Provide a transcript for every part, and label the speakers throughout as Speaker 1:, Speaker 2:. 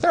Speaker 1: there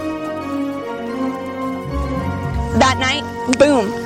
Speaker 2: That night, boom,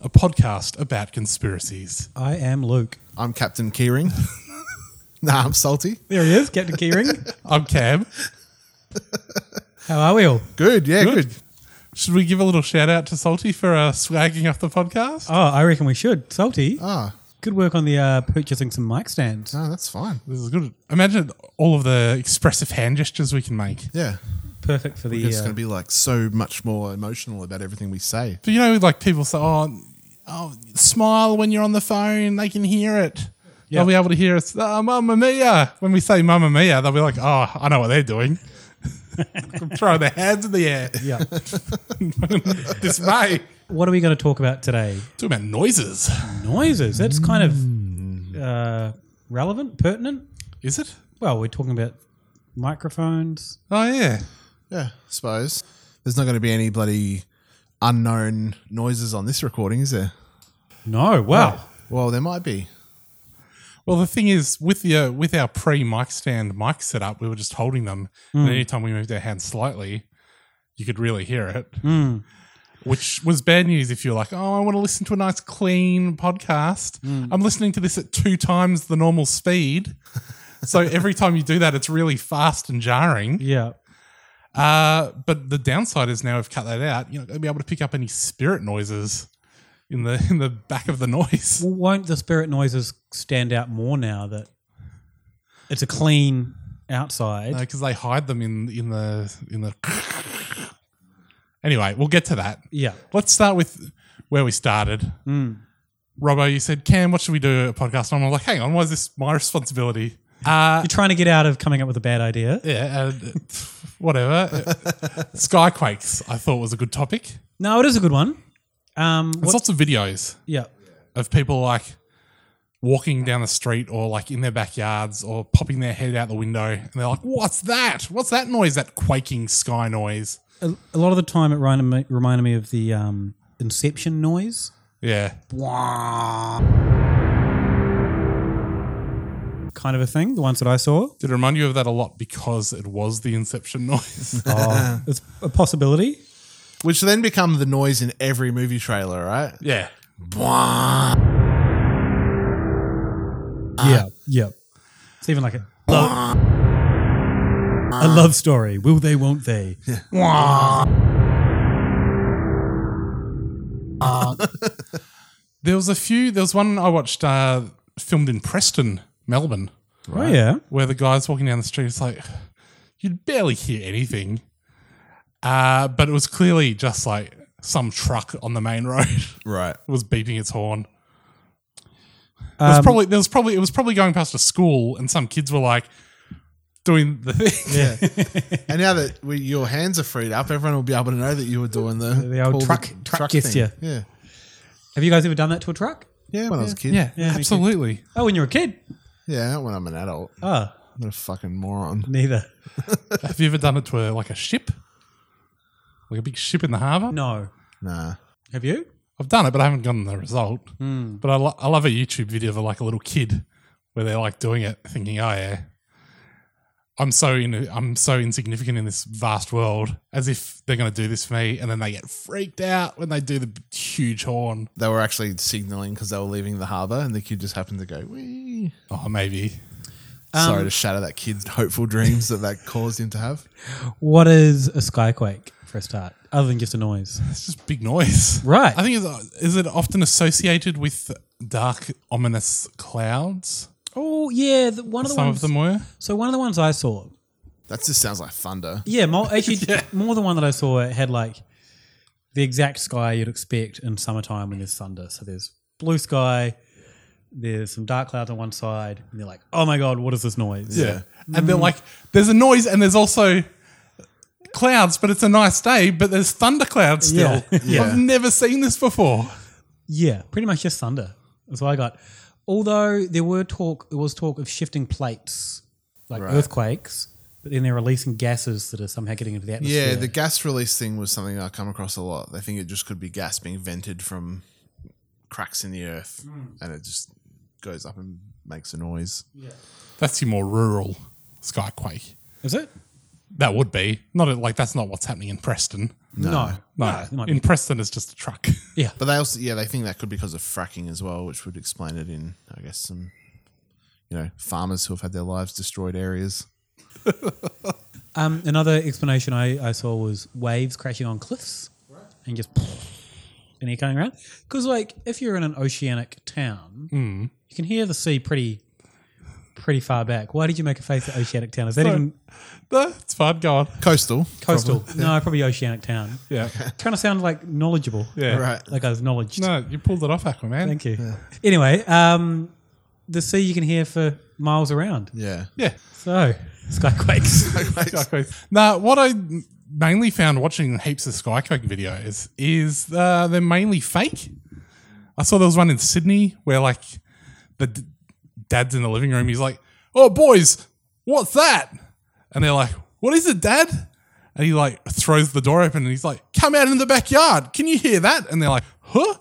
Speaker 3: a podcast about conspiracies.
Speaker 4: I am Luke.
Speaker 5: I'm Captain Keyring. nah, I'm salty.
Speaker 4: There he is, Captain Keyring.
Speaker 3: I'm Cam.
Speaker 4: How are we all?
Speaker 5: Good, yeah, good.
Speaker 3: Should we give a little shout out to Salty for uh, swagging up the podcast?
Speaker 4: Oh, I reckon we should. Salty.
Speaker 5: Ah,
Speaker 4: Good work on the uh, purchasing some mic stands.
Speaker 5: no, that's fine.
Speaker 3: Ah, This is good. Imagine all of the expressive hand gestures we can make.
Speaker 5: Yeah.
Speaker 4: Perfect for the.
Speaker 5: It's
Speaker 4: Uh,
Speaker 5: going to be like so much more emotional about everything we say.
Speaker 3: But you know, like people say, oh, oh smile when you're on the phone, they can hear it. They'll be able to hear us, oh, Mamma Mia. When we say Mamma Mia, they'll be like, oh, I know what they're doing. Throwing their hands in the air.
Speaker 4: yeah.
Speaker 3: Dismay.
Speaker 4: What are we going to talk about today?
Speaker 3: Talking about noises.
Speaker 4: Noises. That's kind
Speaker 3: Hmm.
Speaker 4: of uh, relevant, pertinent.
Speaker 3: Is it?
Speaker 4: Well, we're talking about microphones.
Speaker 3: Oh, yeah.
Speaker 5: Yeah, I suppose. There's not going to be any bloody unknown noises on this recording, is there?
Speaker 4: No, wow.
Speaker 5: Well, there might be.
Speaker 3: Well, the thing is, with the uh, with our pre mic stand mic setup, we were just holding them, and anytime we moved our hands slightly, you could really hear it, which was bad news. If you're like, "Oh, I want to listen to a nice clean podcast," I'm listening to this at two times the normal speed, so every time you do that, it's really fast and jarring.
Speaker 4: Yeah.
Speaker 3: Uh, but the downside is now we've cut that out. You're not going to be able to pick up any spirit noises in the in the back of the noise.
Speaker 4: Well, won't the spirit noises stand out more now that it's a clean outside?
Speaker 3: because they hide them in in the in the. anyway, we'll get to that.
Speaker 4: Yeah. Mm.
Speaker 3: Let's start with where we started. Robbo, you said, "Cam, what should we do a podcast on?" I'm like, "Hang on, why is this my responsibility?" Uh,
Speaker 4: You're trying to get out of coming up with a bad idea.
Speaker 3: yeah, and, uh, whatever. Skyquakes, I thought was a good topic.
Speaker 4: No, it is a good one. Um,
Speaker 3: There's
Speaker 4: Mm, what-
Speaker 3: lots of videos
Speaker 4: yeah.
Speaker 3: of people like walking down the street or like in their backyards or popping their head out the window, and they're like, "What's that? What's that noise? That quaking sky noise?"
Speaker 4: A, a lot of the time, it reminded me, reminded me of the um, Inception noise.
Speaker 3: Yeah,
Speaker 4: Kind of a thing, the ones that I saw.
Speaker 3: Did it remind you of that a lot because it was the Inception noise?
Speaker 4: Oh, it's a possibility.
Speaker 5: Which then become the noise in every movie trailer, right?
Speaker 3: yeah.
Speaker 4: yeah, yeah. It's even like a love, a love story. Will they? Won't they?
Speaker 3: There was a few. There was one I watched uh, filmed in Preston, Melbourne,
Speaker 4: Oh yeah.
Speaker 3: where the guy's walking down the street. It's like you'd barely hear anything, uh, but it was clearly just like some truck on the main road
Speaker 5: Right.
Speaker 3: was beeping its horn. It
Speaker 4: Um,
Speaker 3: was probably there was probably it was probably going past a school, and some kids were like doing the thing.
Speaker 5: Yeah. and now that we, your hands are freed up, everyone will be able to know that you were doing the,
Speaker 4: The old
Speaker 5: pull
Speaker 4: truck- truck gesture.
Speaker 5: Thing. Yeah.
Speaker 4: Have you guys ever done that to a truck?
Speaker 5: Yeah. When I was a kid.
Speaker 3: Yeah,
Speaker 4: Yeah, me too.
Speaker 3: absolutely.
Speaker 4: Oh, when you were a kid.
Speaker 5: Yeah. Not when I'm an adult.
Speaker 4: Oh,
Speaker 5: I'm a fucking moron.
Speaker 4: neither.
Speaker 3: Have you ever done it to a, like a ship, like a big ship in the harbour?
Speaker 4: No.
Speaker 5: Nah.
Speaker 4: Have you? Hmm.
Speaker 3: I've done it, but I haven't gotten the result. But I, lo- I love a YouTube video of like a little kid
Speaker 4: where they're like doing it, thinking, "Oh yeah, I'm so in, I'm so insignificant in this vast world," as if they're going to do this for me, and then they get freaked out when they do the huge horn.
Speaker 5: They were actually signaling because they were leaving the harbour, and the kid just happened to go. Wee.
Speaker 4: Oh, maybe.
Speaker 5: Sorry
Speaker 3: Um,
Speaker 5: to shatter that kid's hopeful dreams that that caused him to have.
Speaker 3: What is a skyquake for a start, other than just a noise?
Speaker 4: It's just big noise,
Speaker 3: right?
Speaker 4: I think it's, uh, is it often associated with dark, ominous clouds?
Speaker 3: Oh yeah, the, one of the
Speaker 4: Some
Speaker 3: ones,
Speaker 4: of them were.
Speaker 3: So one of the ones I saw.
Speaker 5: That just sounds like thunder.
Speaker 3: Yeah, more, actually, more than one that I saw it had like the exact sky you'd expect in summertime when there's thunder. So there's blue sky, there's some dark clouds on one side, and you're like, oh my god, what is this noise? Mm.
Speaker 4: Yeah. And then like there's a noise and there's also clouds, but it's a nice day, but there's thunderclouds still.
Speaker 3: Yeah. Yeah.
Speaker 4: I've never seen this before.
Speaker 3: Yeah, pretty much just thunder. That's what I got. Although there were talk, there was talk of shifting plates, like
Speaker 5: Right.
Speaker 3: earthquakes, but then they're releasing gases that are somehow getting into the atmosphere.
Speaker 5: Yeah, the gas release thing was something I come across a lot. They think it just could be gas being vented from cracks in the earth,
Speaker 3: Mm.
Speaker 5: and it just goes up and makes a noise.
Speaker 3: Yeah.
Speaker 4: That's your more rural skyquake.
Speaker 3: Is it?
Speaker 4: That would be. Not at- like that's not what's happening in Preston.
Speaker 5: No. No. No,
Speaker 4: No.
Speaker 5: it might
Speaker 4: in
Speaker 5: be.
Speaker 4: Preston it's just a truck.
Speaker 3: Yeah,
Speaker 5: but they also yeah they think that could be because of fracking as well, which would explain it in I guess some you know farmers who have had their lives destroyed areas.
Speaker 3: Um, another explanation I, I saw was waves crashing on cliffs and just and air coming around. Because like if you're in an oceanic town,
Speaker 4: Mm.
Speaker 3: you can hear the sea pretty pretty far back. Why did you make a face at oceanic town? Is that
Speaker 4: Sorry.
Speaker 3: even
Speaker 4: No, it's fine, go on.
Speaker 5: Coastal,
Speaker 3: coastal?
Speaker 5: probably.
Speaker 3: No, probably oceanic town.
Speaker 4: Yeah.
Speaker 3: trying to sound like knowledgeable.
Speaker 4: Yeah. Right.
Speaker 3: Like I was knowledged.
Speaker 4: No, you pulled it off, Aquaman.
Speaker 3: Thank you. Anyway, um, the sea you can hear for miles around.
Speaker 5: Yeah.
Speaker 4: Yeah.
Speaker 3: So skyquakes.
Speaker 4: Skyquakes. Now, what I mainly found watching heaps of Skyquake videos is uh, they're mainly fake. I saw there was one in Sydney where, like, the d- dad's in the living room. He's like, "Oh, boys, what's that?" And they're like, "What is it, dad?" And he like throws the door open and he's like, "Come out in the backyard. Can you hear that?" And they're like, "Huh?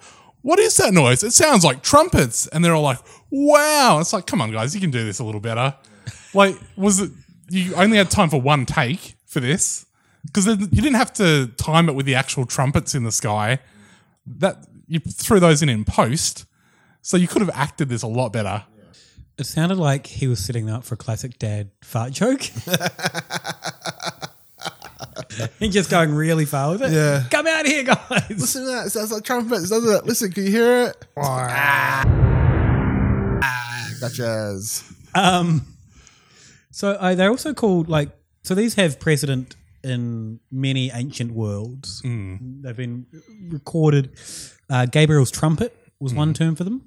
Speaker 4: What is that noise? It sounds like trumpets." And they're all like, "Wow!" It's like, "Come on, guys, you can do this a little better." Like, was it? You only had time for one take for this because you didn't have to time it with the actual trumpets in the sky. That you threw those in in post, so you could have acted this a lot better.
Speaker 3: It sounded like he was setting up for a classic dad fart joke. and just going really far with it.
Speaker 5: Yeah.
Speaker 3: Come out here, guys.
Speaker 5: Listen to that. It sounds like trumpets, doesn't it? Listen, can you hear it? Gotchas.
Speaker 3: Um, so uh, they're also called like so these have precedent in many ancient worlds.
Speaker 4: Mm.
Speaker 3: They've been recorded. Uh, Gabriel's trumpet was
Speaker 4: Mm.
Speaker 3: one term for them.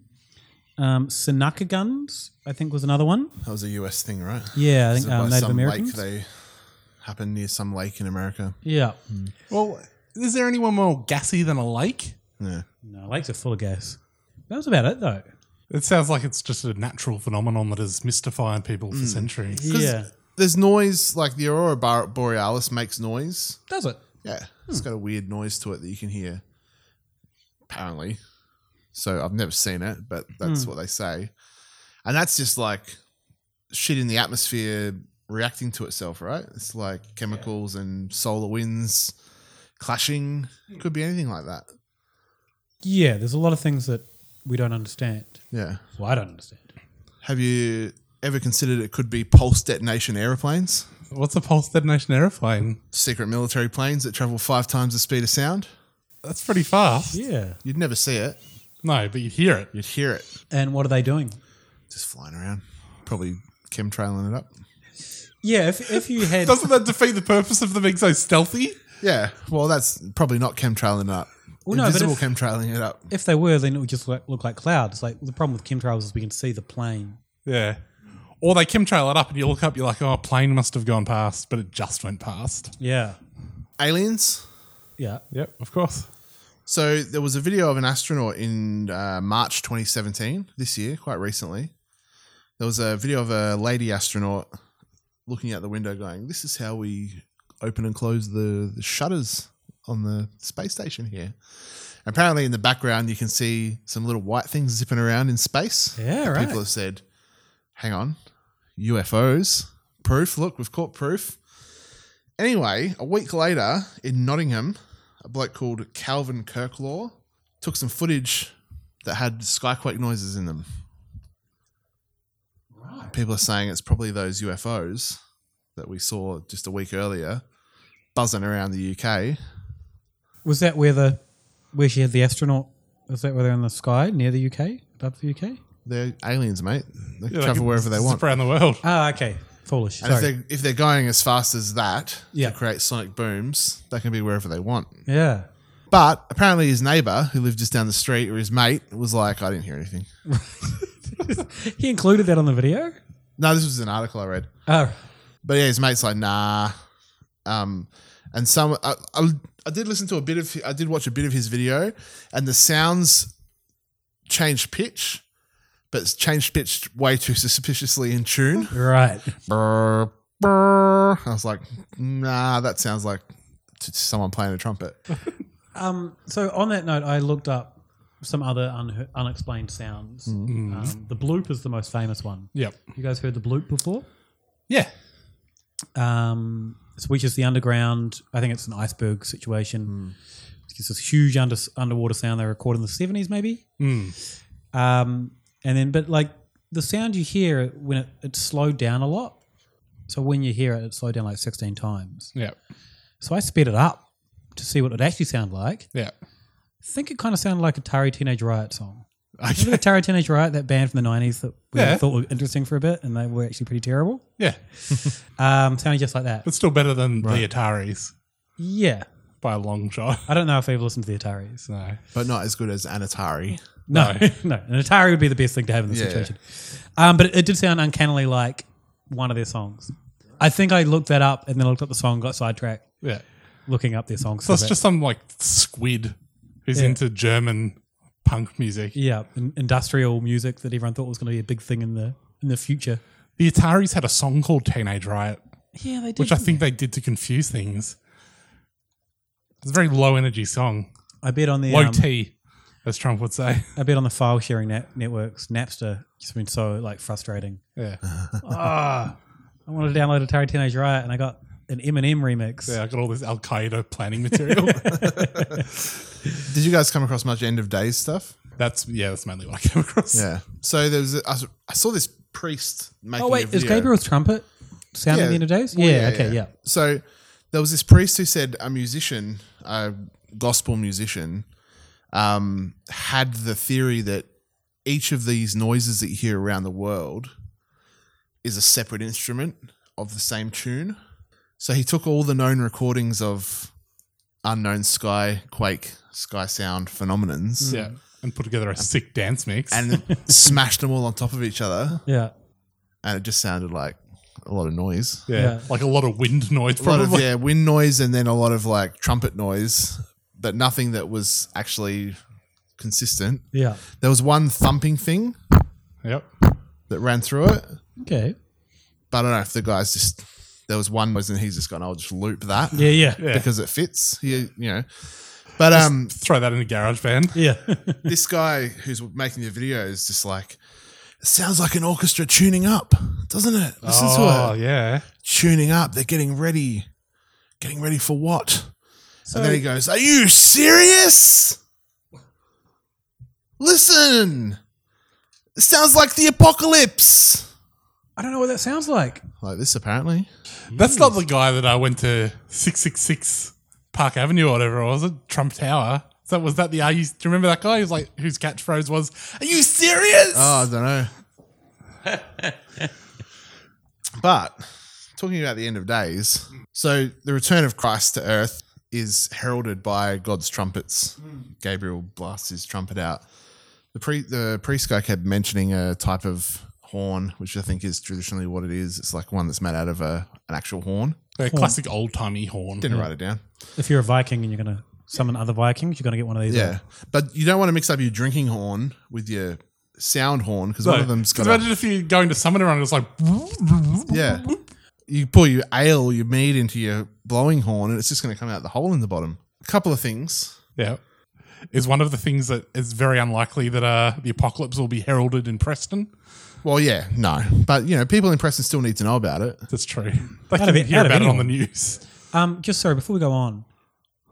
Speaker 3: Um, Seneca guns, I think, was another one.
Speaker 5: That was a US thing, right?
Speaker 3: Yeah, I think,
Speaker 5: Is it by
Speaker 3: um, Native
Speaker 5: some
Speaker 3: Americans?
Speaker 5: Lake they happened near some lake in America.
Speaker 3: Yeah.
Speaker 4: Well, is there anyone more gassy than a lake?
Speaker 5: Yeah.
Speaker 3: No, lakes are full of gas. That was about it, though.
Speaker 4: It sounds like it's just a natural phenomenon that is mystifying people
Speaker 3: Hmm.
Speaker 4: for centuries.
Speaker 5: 'Cause There's noise, like the Aurora Bar- Borealis makes noise.
Speaker 3: Does it?
Speaker 5: Yeah.
Speaker 4: Hmm.
Speaker 5: It's got a weird noise to it that you can hear, apparently. So I've never seen it, but that's
Speaker 3: Hmm.
Speaker 5: what they say. And that's just like shit in the atmosphere reacting to itself, right? It's like chemicals and solar winds clashing.
Speaker 4: Hmm.
Speaker 5: Could be anything like that.
Speaker 3: Yeah, there's a lot of things that we don't understand.
Speaker 5: Yeah.
Speaker 3: Well, I don't understand.
Speaker 5: Have you ever considered it could be pulse detonation aeroplanes?
Speaker 4: What's a pulse detonation aeroplane?
Speaker 5: Secret military planes that travel five times the speed of sound.
Speaker 4: That's pretty fast.
Speaker 3: Yeah.
Speaker 5: You'd never see it.
Speaker 4: No, but you'd hear it.
Speaker 5: You'd hear it.
Speaker 3: And what are they doing?
Speaker 5: Just flying around. Probably chemtrailing it up.
Speaker 3: Yeah, if, if you had
Speaker 4: Doesn't that defeat the purpose of them being so stealthy?
Speaker 5: Yeah. Well, that's probably not chemtrailing it up.
Speaker 3: Well, no, but
Speaker 5: Invisible
Speaker 3: if-
Speaker 5: chemtrailing it up.
Speaker 3: if they were, then it would just look, look like clouds. Like the problem with chemtrails is we can see the plane.
Speaker 4: Yeah. Or they chemtrail it up and you look up, you're like, oh, a plane must have gone past, but it just went past.
Speaker 3: Yeah.
Speaker 5: Aliens.
Speaker 3: Yeah.
Speaker 4: Yep, of course.
Speaker 5: So there was a video of an astronaut in uh, March 2017, this year, quite recently. There was a video of a lady astronaut looking out the window, going, "This is how we open and close the, the shutters on the space station here." Apparently, in the background, you can see some little white things zipping around in space.
Speaker 3: Yeah,
Speaker 5: that
Speaker 3: right.
Speaker 5: People have said, Hang on. UFOs. Proof. Look, we've caught proof. Anyway, a week later in Nottingham, a bloke called Calvin Kirklaw took some footage that had skyquake noises in them. And People are saying it's probably those UFOs that we saw just a week earlier buzzing around the UK.
Speaker 3: Was that where the where she had the astronaut? Was that where they're in the sky near the UK, above the UK?
Speaker 5: They're aliens, mate. They
Speaker 3: Yeah,
Speaker 5: can
Speaker 3: they
Speaker 5: travel
Speaker 3: can
Speaker 5: wherever they
Speaker 3: zip
Speaker 5: want.
Speaker 3: around the world. Ah, okay. Foolish.
Speaker 5: And if
Speaker 3: Sorry.
Speaker 5: they're, if they're going as fast as that
Speaker 3: Yeah.
Speaker 5: to create sonic booms, they can be wherever they want.
Speaker 3: Yeah.
Speaker 5: But apparently, his neighbor who lived just down the street or his mate was like, I didn't hear anything.
Speaker 3: He included that on the video.
Speaker 5: No, this was an article I read.
Speaker 3: Oh.
Speaker 5: But yeah, his mate's like, nah. Um, and some, I, I, I did listen to a bit of, I did watch a bit of his video, and the sounds changed pitch, but it's changed pitch way too suspiciously in tune.
Speaker 3: Right.
Speaker 5: Brr, brr. I was like, nah, that sounds like t- someone playing a trumpet.
Speaker 3: Um, so on that note, I looked up some other un- unexplained sounds.
Speaker 5: Mm.
Speaker 3: Um, the bloop is the most famous one.
Speaker 4: Yep.
Speaker 3: You guys heard the bloop before?
Speaker 4: Yeah.
Speaker 3: Um, so which is the underground? I think it's an iceberg
Speaker 4: Hmm.
Speaker 3: situation. It's this huge under, underwater sound they recorded in the seventies, maybe.
Speaker 4: Mm.
Speaker 3: Um, and then, but like the sound you hear when it, it's slowed down a lot. So when you hear it, it's slowed down like sixteen times.
Speaker 4: Yeah.
Speaker 3: So I sped it up to see what it actually sounded like.
Speaker 4: Yeah.
Speaker 3: I think it kind of sounded like Atari Teenage Riot song. Remember Atari Teenage Riot, that band from the 90s that we
Speaker 4: Yeah.
Speaker 3: thought were interesting for a bit and they were actually pretty terrible?
Speaker 4: Yeah.
Speaker 3: um, sounded just like that.
Speaker 4: But still better than
Speaker 3: Right.
Speaker 4: the Ataris.
Speaker 3: Yeah.
Speaker 4: By a long shot.
Speaker 3: I don't know if I've listened to the Ataris.
Speaker 4: No.
Speaker 5: But not as good as an Atari.
Speaker 3: No, no. An Atari would be the best thing to have in this
Speaker 5: Yeah.
Speaker 3: situation. Um, but it, it did sound uncannily like one of their songs. I think I looked that up and then I looked up the song, got sidetracked.
Speaker 4: Yeah.
Speaker 3: Looking up their songs.
Speaker 4: So it's
Speaker 3: for that.
Speaker 4: just some like squid who's
Speaker 3: Yeah.
Speaker 4: into German punk music.
Speaker 3: yeah, in- industrial music that everyone thought was going to be a big thing in the in the future.
Speaker 4: The Ataris had a song called Teenage Riot.
Speaker 3: Yeah, they did,
Speaker 4: Which I
Speaker 3: didn't
Speaker 4: think they did to confuse things. It's a very low energy song.
Speaker 3: I bet on the
Speaker 4: low
Speaker 3: um,
Speaker 4: T, as Trump would say.
Speaker 3: I bet on the file sharing net- networks, Napster just been so like frustrating.
Speaker 4: Yeah.
Speaker 3: Ah, I wanted to download Atari Teenage Riot and I got an Eminem remix.
Speaker 4: Yeah, I got all this Al Qaeda planning material.
Speaker 5: Did you guys come across much end of days stuff?
Speaker 4: that's yeah, that's mainly what I came across.
Speaker 5: Yeah. So there was, a, I, s- I saw this priest making.
Speaker 3: Oh wait,
Speaker 5: a
Speaker 3: is
Speaker 5: video.
Speaker 3: Gabriel's trumpet sounding
Speaker 5: Yeah.
Speaker 3: the end of days?
Speaker 5: Well,
Speaker 3: yeah, Okay. Yeah.
Speaker 5: So there was this priest who said a musician, a gospel musician, um, had the theory that each of these noises that you hear around the world is a separate instrument of the same tune. So he took all the known recordings of unknown sky quake, sky sound phenomenons.
Speaker 4: Yeah. And put together a sick dance mix.
Speaker 5: And smashed them all on top of each other.
Speaker 3: Yeah.
Speaker 5: And it just sounded like a lot of noise.
Speaker 4: Yeah. Like a lot of wind noise
Speaker 5: A lot of
Speaker 4: probably.
Speaker 5: yeah, wind noise and then a lot of like trumpet noise, but nothing that was actually consistent.
Speaker 3: Yeah.
Speaker 5: There was one thumping thing.
Speaker 4: Yep.
Speaker 5: That ran through it.
Speaker 3: Okay.
Speaker 5: But I don't know if the guy's just there was one was and he's just gone, I'll just loop that.
Speaker 3: Yeah, yeah. Yeah.
Speaker 5: Because it fits. You, you know. But
Speaker 4: Just
Speaker 5: um
Speaker 4: throw that in a garage band.
Speaker 3: Yeah.
Speaker 5: this guy who's making the video is just like it sounds like an orchestra tuning up, doesn't it? Listen
Speaker 4: oh,
Speaker 5: to it.
Speaker 4: yeah.
Speaker 5: Tuning up. They're getting ready. Getting ready for what?
Speaker 3: So-
Speaker 5: and then he goes, Are you serious? Listen. It sounds like the apocalypse.
Speaker 3: I don't know what that sounds like.
Speaker 5: Like this apparently.
Speaker 4: That's not the guy that I went to 666 Park Avenue or whatever it was, it? Trump Tower. So was that the are you do you remember that guy who's like whose catchphrase was, Are you serious?
Speaker 5: Oh, I don't know. But talking about the end of days, so the return of Christ to earth is heralded by God's trumpets. Gabriel blasts his trumpet out. The, pre- the priest guy kept mentioning a type of horn, which I think is traditionally what it is. It's like one that's made out of a, an actual horn.
Speaker 4: A classic old timey horn.
Speaker 5: Didn't write it down.
Speaker 3: If you're a Viking and you're going to summon other Vikings, you're going to get one of these.
Speaker 5: Yeah. But you don't want to mix up your drinking horn with your sound horn because
Speaker 4: No,
Speaker 5: one of them's got a-
Speaker 4: imagine if you're going to summon around and it's like
Speaker 5: Yeah. You pour your ale, your mead into your blowing horn, and it's just going to come out the hole in the bottom. A couple of things.
Speaker 4: Yeah. Is one of the things that is very unlikely that uh, the apocalypse will be heralded in Preston.
Speaker 5: Well, yeah, no, but you know, people in Preston still need to know about it.
Speaker 4: That's true.
Speaker 5: They
Speaker 3: Out of
Speaker 5: can
Speaker 3: it-
Speaker 5: hear
Speaker 3: out of
Speaker 5: about it on the
Speaker 3: anyone.
Speaker 4: news.
Speaker 3: Um, just sorry, before we go on,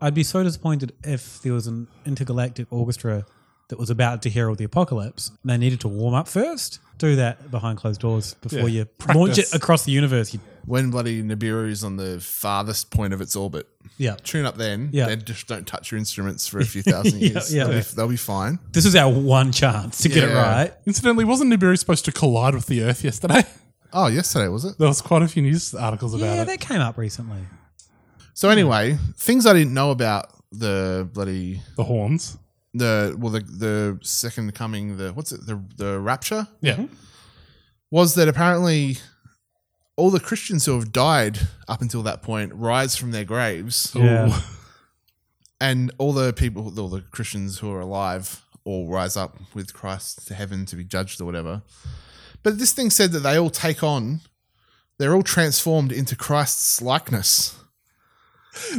Speaker 3: I'd be so disappointed if there was an intergalactic orchestra that was about to herald the apocalypse and they needed to warm up first. Do that behind closed doors before
Speaker 5: Yeah,
Speaker 3: you launch it
Speaker 5: practice.
Speaker 3: across the universe. You,
Speaker 5: when bloody Nibiru is on the farthest point of its orbit.
Speaker 3: Yeah.
Speaker 5: Tune up then.
Speaker 3: Yeah.
Speaker 5: Then just don't touch your instruments for a few thousand
Speaker 3: Yeah,
Speaker 5: years.
Speaker 3: yeah.
Speaker 5: They'll, be, they'll be fine.
Speaker 3: this is our one chance to get it
Speaker 5: Yeah.
Speaker 3: right.
Speaker 4: Incidentally, wasn't Nibiru supposed to collide with the Earth yesterday?
Speaker 5: Oh, yesterday was it?
Speaker 4: There was quite a few news articles about
Speaker 3: yeah,
Speaker 4: it.
Speaker 3: that came up recently.
Speaker 5: So anyway, things I didn't know about the bloody
Speaker 4: the horns.
Speaker 5: The well the the second coming, the what's it, the the rapture?
Speaker 4: Yeah.
Speaker 3: Mm-hmm.
Speaker 5: Was that apparently all the Christians who have died up until that point rise from their graves.
Speaker 4: Yeah. Ooh.
Speaker 5: And all the people, all the Christians who are alive, all rise up with Christ to heaven to be judged or whatever. But this thing said that they all take on, they're all transformed into Christ's likeness.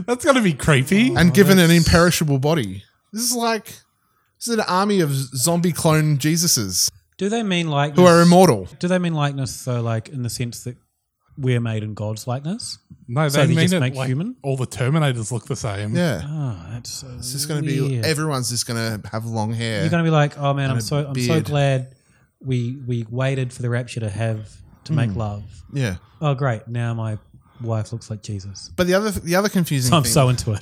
Speaker 4: That's got to be creepy.
Speaker 5: And given an imperishable body. This is like, this is an army of zombie clone Jesuses.
Speaker 3: Do they mean likeness?
Speaker 5: Who are immortal.
Speaker 3: Do they mean likeness, though, like in the sense that we're made in God's likeness?
Speaker 4: No, they
Speaker 3: so they
Speaker 4: mean
Speaker 3: just
Speaker 4: it
Speaker 3: make
Speaker 4: like
Speaker 3: human?
Speaker 4: All the Terminators look the same.
Speaker 5: Yeah.
Speaker 3: Oh, that's so
Speaker 5: It's just going to be,
Speaker 3: weird.
Speaker 5: everyone's just going to have long hair.
Speaker 3: You're going to be like, oh man,
Speaker 5: and
Speaker 3: I'm
Speaker 5: a
Speaker 3: so I'm so
Speaker 5: beard.
Speaker 3: glad we we waited for the rapture to have to make
Speaker 5: Mm.
Speaker 3: love.
Speaker 5: Yeah.
Speaker 3: Oh great, now my wife looks like Jesus.
Speaker 5: But the other the other confusing
Speaker 3: So I'm
Speaker 5: thing-
Speaker 3: so into it.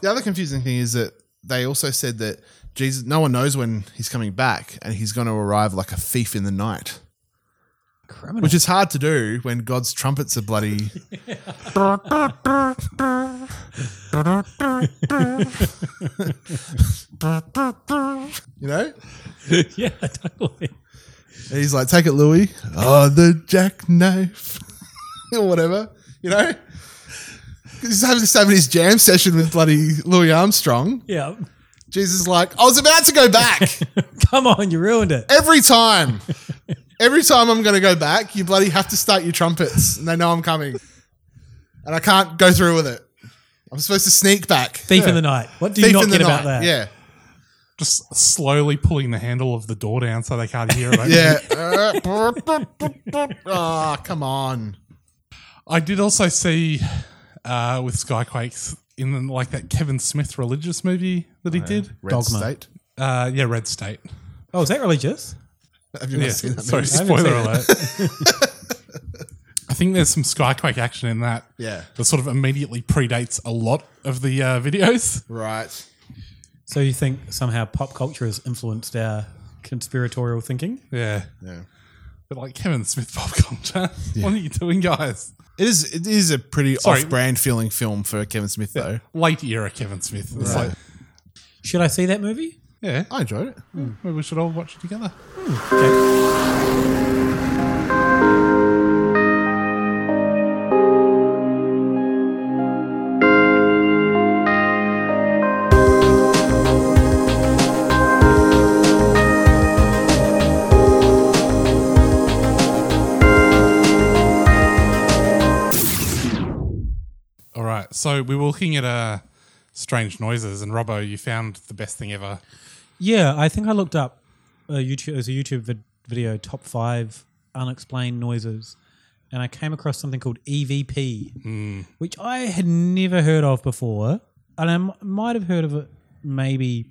Speaker 5: the other confusing thing is that they also said that Jesus no one knows when he's coming back and he's going to arrive like a thief in the night. Which is hard to do when God's trumpets are bloody you know?
Speaker 3: yeah, totally.
Speaker 5: And he's like, "Take it, Louis." Oh, the jackknife, or whatever. You know, 'Cause he's having, he's having his jam session with bloody Louis Armstrong.
Speaker 3: Yeah.
Speaker 5: Jesus is like, I was about to go back.
Speaker 3: Come on, you ruined it.
Speaker 5: Every time, every time I'm going to go back, you bloody have to start your trumpets, and they know I'm coming, and I can't go through with it. I'm supposed to sneak back.
Speaker 3: Thief in the night. What do you not get about that?
Speaker 5: Yeah.
Speaker 4: Just slowly pulling the handle of the door down so they can't hear it.
Speaker 5: Yeah. oh, come on.
Speaker 4: I did also see uh, with Skyquakes in like that Kevin Smith religious movie that he
Speaker 5: Oh, yeah.
Speaker 4: did.
Speaker 5: Red Dogma. State?
Speaker 4: Uh, yeah, Red State.
Speaker 3: Oh, is that religious?
Speaker 5: Have you not seen that
Speaker 4: Sorry,
Speaker 5: movie?
Speaker 4: spoiler
Speaker 5: I haven't
Speaker 4: alert.
Speaker 5: seen
Speaker 4: I think there's some Skyquake action in that.
Speaker 5: Yeah.
Speaker 4: That sort of immediately predates a lot of the uh, videos.
Speaker 5: Right.
Speaker 3: So you think somehow pop culture has influenced our conspiratorial thinking?
Speaker 4: Yeah.
Speaker 5: Yeah.
Speaker 4: But like Kevin Smith pop culture. What are you doing, guys?
Speaker 5: It is it is a pretty
Speaker 4: Sorry.
Speaker 5: off-brand feeling film for Kevin Smith though.
Speaker 4: Late era Kevin Smith. It's
Speaker 5: Right.
Speaker 4: like,
Speaker 3: Should I see that movie?
Speaker 4: yeah. Hmm.
Speaker 5: I enjoyed it. Hmm.
Speaker 4: Maybe we should all watch it together. All right. So we were looking at uh, strange noises, and Robbo, you found the best thing ever.
Speaker 3: Yeah, I think I looked up a YouTube. It was a YouTube vid- video top five unexplained noises, and I came across something called EVP, which I had never heard of before, and I m- might have heard of it maybe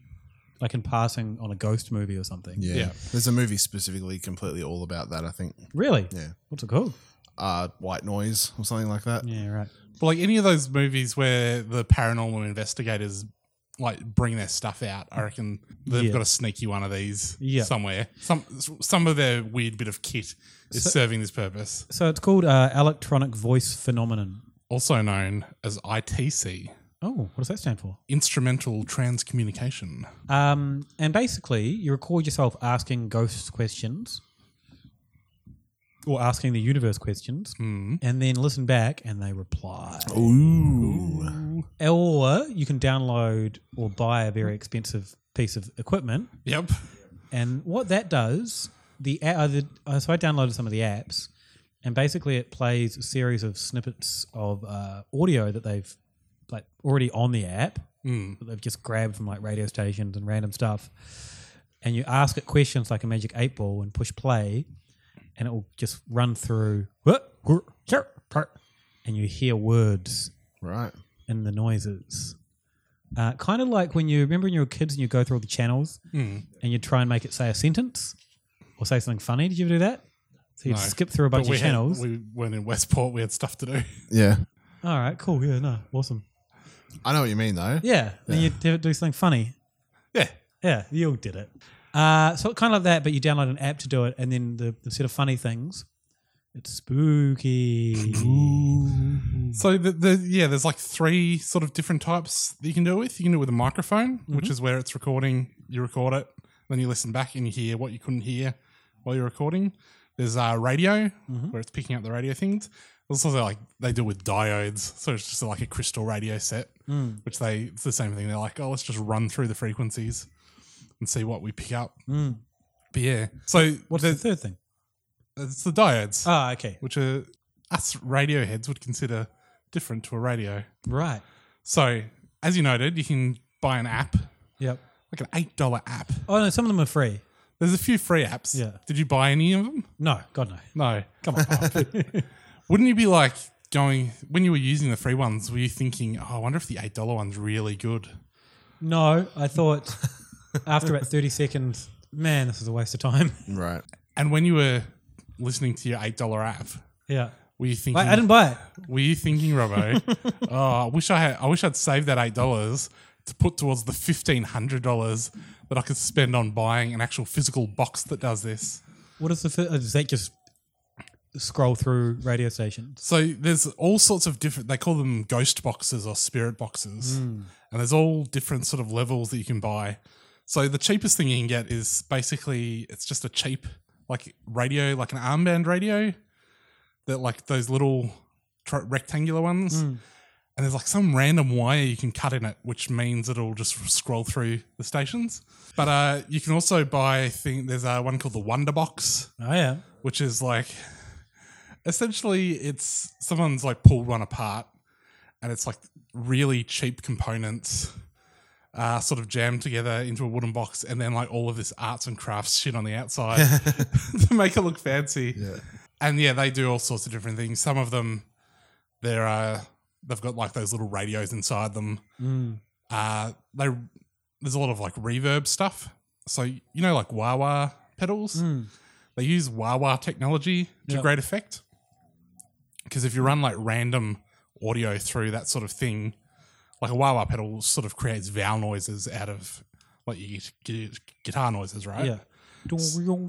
Speaker 3: like in passing on a ghost movie or something.
Speaker 5: Yeah. There's a movie specifically completely all about that, I think.
Speaker 3: Really?
Speaker 5: Yeah.
Speaker 3: What's it called?
Speaker 5: Uh White Noise or something like that.
Speaker 3: Yeah, right.
Speaker 4: But like any of those movies where the paranormal investigators like bring their stuff out, I reckon they've
Speaker 3: Yeah.
Speaker 4: got a sneaky one of these
Speaker 3: Yeah.
Speaker 4: somewhere. Some some of their weird bit of kit is
Speaker 3: So-
Speaker 4: serving this purpose.
Speaker 3: So it's called uh, electronic voice phenomenon.
Speaker 4: Also known as ITC,
Speaker 3: Oh, what does that stand for?
Speaker 4: instrumental transcommunication.
Speaker 3: Um, and basically, you record yourself asking ghosts questions or asking the universe questions, and then listen back and they reply.
Speaker 5: Ooh.
Speaker 3: Or you can download or buy a very expensive piece of equipment.
Speaker 4: Yep.
Speaker 3: And what that does, the, a- uh, the uh, so I downloaded some of the apps, and basically it plays a series of snippets of uh, audio that they've like already on the app
Speaker 4: Mm.
Speaker 3: that they've just grabbed from like radio stations and random stuff, and you ask it questions like a magic eight ball and push play, and it will just run through and you hear words
Speaker 4: right
Speaker 3: in the noises. Uh, kind of like when you remember when you were kids and you go through all the channels
Speaker 5: Mm.
Speaker 3: and you try and make it say a sentence or say something funny. Did you ever do that? So you
Speaker 5: No.
Speaker 3: would skip through a bunch
Speaker 5: But we
Speaker 3: of
Speaker 5: had-
Speaker 3: channels.
Speaker 5: we weren't in Westport. We had stuff to do.
Speaker 4: Yeah.
Speaker 3: All right, cool. Yeah, no, awesome.
Speaker 4: I know what you mean, though.
Speaker 3: Yeah, then you do, do something funny.
Speaker 5: Yeah.
Speaker 3: Yeah, you all did it. Uh, so kind of like that, but you download an app to do it, and then the, the set of funny things. It's spooky.
Speaker 5: So the, the yeah, there's like three sort of different types that you can do it with. You can do it with a microphone, which
Speaker 3: Mhm.
Speaker 5: is where it's recording. You record it, then you listen back and you hear what you couldn't hear while you're recording. There's uh, radio,
Speaker 3: Mm-hmm.
Speaker 5: where it's picking up the radio things. There's also like they do with diodes, so it's just like a crystal radio set,
Speaker 3: Mm.
Speaker 5: which they it's the same thing. They're like, oh, let's just run through the frequencies and see what we pick up.
Speaker 4: Hmm.
Speaker 3: Mm.
Speaker 5: But yeah, so
Speaker 3: What's the third thing?
Speaker 5: It's the diodes.
Speaker 3: Ah, okay.
Speaker 5: Which are us radio heads would consider different to a radio.
Speaker 3: Right.
Speaker 5: So, as you noted, you can buy an app.
Speaker 3: Yep.
Speaker 5: Like an eight dollar app.
Speaker 3: Oh no, some of them are free.
Speaker 5: There's a few free apps.
Speaker 3: Yeah.
Speaker 5: Did you buy any of them?
Speaker 3: No, God no.
Speaker 5: No.
Speaker 3: Come on.
Speaker 5: Wouldn't you be like going when you were using the free ones? Were you thinking, "Oh, I wonder if the eight dollar one's really good"?
Speaker 3: No, I thought after about thirty seconds, man, this is a waste of time.
Speaker 4: Right.
Speaker 5: And when you were listening to your eight dollar app,
Speaker 3: Yeah.
Speaker 5: were you thinking?
Speaker 3: Wait, I didn't buy it.
Speaker 5: Were you thinking, Robbo? oh, I wish I had. I wish I'd saved that eight dollars to put towards the fifteen hundred dollars that I could spend on buying an actual physical box that does this.
Speaker 3: What is the fir- does that just scroll through radio stations?
Speaker 5: So there's all sorts of different. They call them ghost boxes or spirit boxes,
Speaker 3: Mm.
Speaker 5: and there's all different sort of levels that you can buy. So the cheapest thing you can get is basically it's just a cheap like radio, like an armband radio, that like those little tri- rectangular ones,
Speaker 3: Mm.
Speaker 5: and there's like some random wire you can cut in it, which means it'll just scroll through the stations. But uh, you can also buy. Thing, there's uh, one called the Wonder Box
Speaker 3: Oh yeah.
Speaker 5: which is like essentially it's someone's like pulled one apart and it's like really cheap components uh, sort of jammed together into a wooden box and then like all of this arts and crafts shit on the outside to make it look fancy and yeah they do all sorts of different things some of them they're uh, they've got like those little radios inside them
Speaker 3: Mm.
Speaker 5: uh, they there's a lot of like reverb stuff. So you know, like wah wah pedals,
Speaker 4: Hmm.
Speaker 5: they use wah wah technology to
Speaker 3: Yep.
Speaker 5: great effect. Because if you run like random audio through that sort of thing, like a wah wah pedal sort of creates vowel noises out of like you get guitar noises, right?
Speaker 3: Yeah.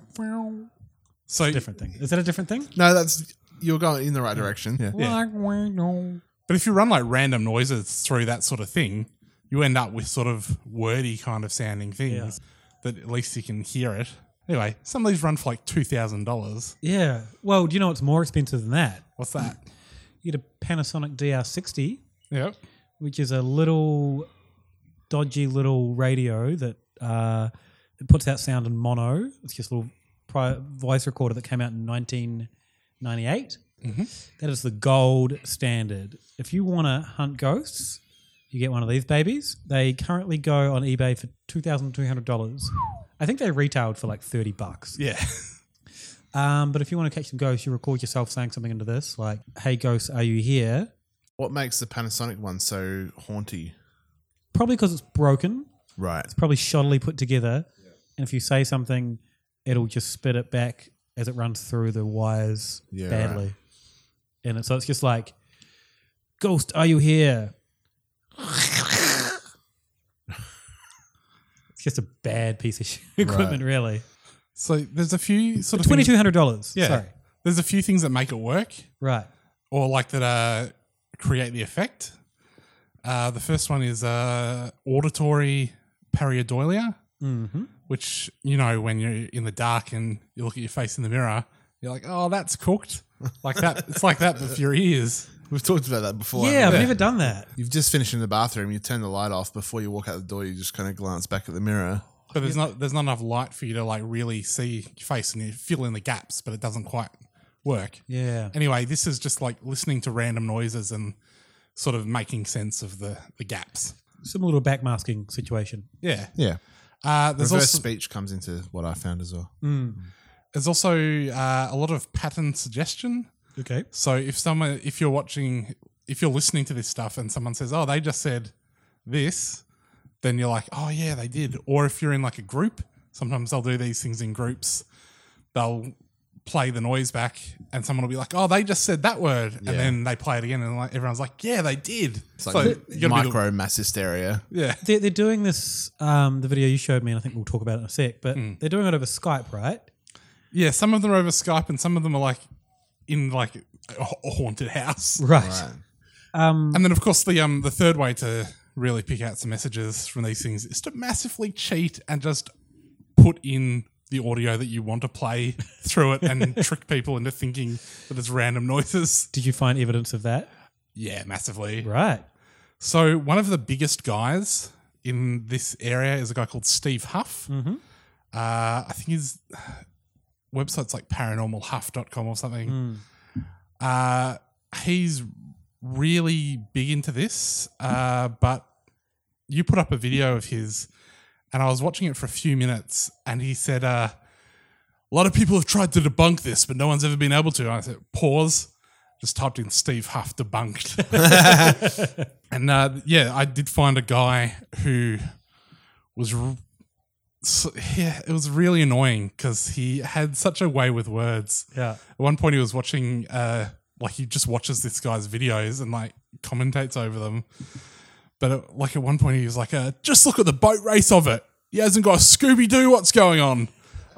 Speaker 5: So
Speaker 3: different thing. Is that a different thing?
Speaker 4: No, that's you're going in the right direction. Yeah.
Speaker 5: But if you run like random noises through that sort of thing, you end up with sort of wordy kind of sounding things that at least you can hear it. Anyway, some of these run for like two thousand dollars.
Speaker 3: Yeah. Well, do you know what's more expensive than that?
Speaker 5: What's that?
Speaker 3: You get a Panasonic DR60.
Speaker 5: Yep.
Speaker 3: Which is a little dodgy little radio that uh, it puts out sound in mono. It's just a little pri voice recorder that came out in 1998. That is the gold standard. If you want to hunt ghosts, you get one of these babies. They currently go on eBay for two thousand two hundred dollars. I think they retailed for like thirty bucks.
Speaker 5: Yeah.
Speaker 3: Um, but if you want to catch some ghosts, you record yourself saying something into this, like "Hey ghosts, are you here?"
Speaker 4: What makes the Panasonic one so haunty?
Speaker 3: Probably because it's broken.
Speaker 4: Right.
Speaker 3: It's probably shoddily put together, and if you say something, it'll just spit it back as it runs through the wires
Speaker 4: Yeah, right.
Speaker 3: badly. And it, so it's just like, "Ghost, are you here?" it's just a bad piece of shit equipment, really.
Speaker 5: So there's a few sort of
Speaker 3: Twenty
Speaker 5: things-
Speaker 3: two hundred dollars.
Speaker 5: Yeah.
Speaker 3: Sorry.
Speaker 5: There's a few things that make it work.
Speaker 3: Right.
Speaker 5: Or like that uh, create the effect. Uh, the first one is uh, auditory pareidolia,
Speaker 3: Mhm.
Speaker 5: which, you know, when you're in the dark and you look at your face in the mirror, you're like, oh, that's cooked. Like that. it's like that, but for your ears.
Speaker 4: We've talked about that before.
Speaker 3: Yeah,
Speaker 4: haven't
Speaker 3: I've
Speaker 4: we?
Speaker 3: never done that.
Speaker 4: You've just finished in the bathroom. You turn the light off before you walk out the door. You just kind of glance back at the mirror.
Speaker 5: But there's not there's not enough light for you to like really see your face and you fill in the gaps, but it doesn't quite work.
Speaker 3: Yeah.
Speaker 5: Anyway, this is just like listening to random noises and sort of making sense of the the gaps.
Speaker 3: Similar to a backmasking situation.
Speaker 5: Yeah.
Speaker 4: Yeah.
Speaker 5: Uh, there's
Speaker 4: Reverse
Speaker 5: also-
Speaker 4: speech comes into what I found as well.
Speaker 5: There's also uh, a lot of pattern suggestion.
Speaker 3: Okay.
Speaker 5: So if someone, if you're watching, if you're listening to this stuff, and someone says, "Oh, they just said this," then you're like, "Oh yeah, they did." Or if you're in like a group, sometimes they'll do these things in groups. They'll play the noise back, and someone will be like, "Oh, they just said that word,"
Speaker 4: Yeah.
Speaker 5: and then they play it again, and like everyone's like, "Yeah, they did."
Speaker 4: It's like micro mass hysteria.
Speaker 5: Yeah.
Speaker 3: They're, they're doing this, um, the video you showed me, and I think we'll talk about it in a sec, but they're doing it over Skype, right?
Speaker 5: Yeah, some of them are over Skype, and some of them are like in like a ha- a haunted house,
Speaker 3: Right. Right. Um,
Speaker 5: and then of course the um the third way to really pick out some messages from these things is to massively cheat and just put in the audio that you want to play through it and trick people into thinking that it's random noises.
Speaker 3: Did you find evidence of that?
Speaker 5: Yeah, massively.
Speaker 3: Right.
Speaker 5: So one of the biggest guys in this area is a guy called Steve Huff.
Speaker 3: Mhm.
Speaker 5: Uh, I think his website's like paranormalhuff.com or something. Uh, he's really big into this, uh, but you put up a video of his, and I was watching it for a few minutes, and he said, uh, a lot of people have tried to debunk this, but no one's ever been able to. And I said, pause. Just typed in Steve Huff debunked. and uh, yeah, I did find a guy who was. r so, yeah, it was really annoying because he had such a way with words.
Speaker 3: Yeah.
Speaker 5: At one point, he was watching, uh, like, he just watches this guy's videos and, like, commentates over them. But, uh like, at one point, he was like, uh, just look at the boat race of it. He hasn't got a Scooby Doo. What's going on?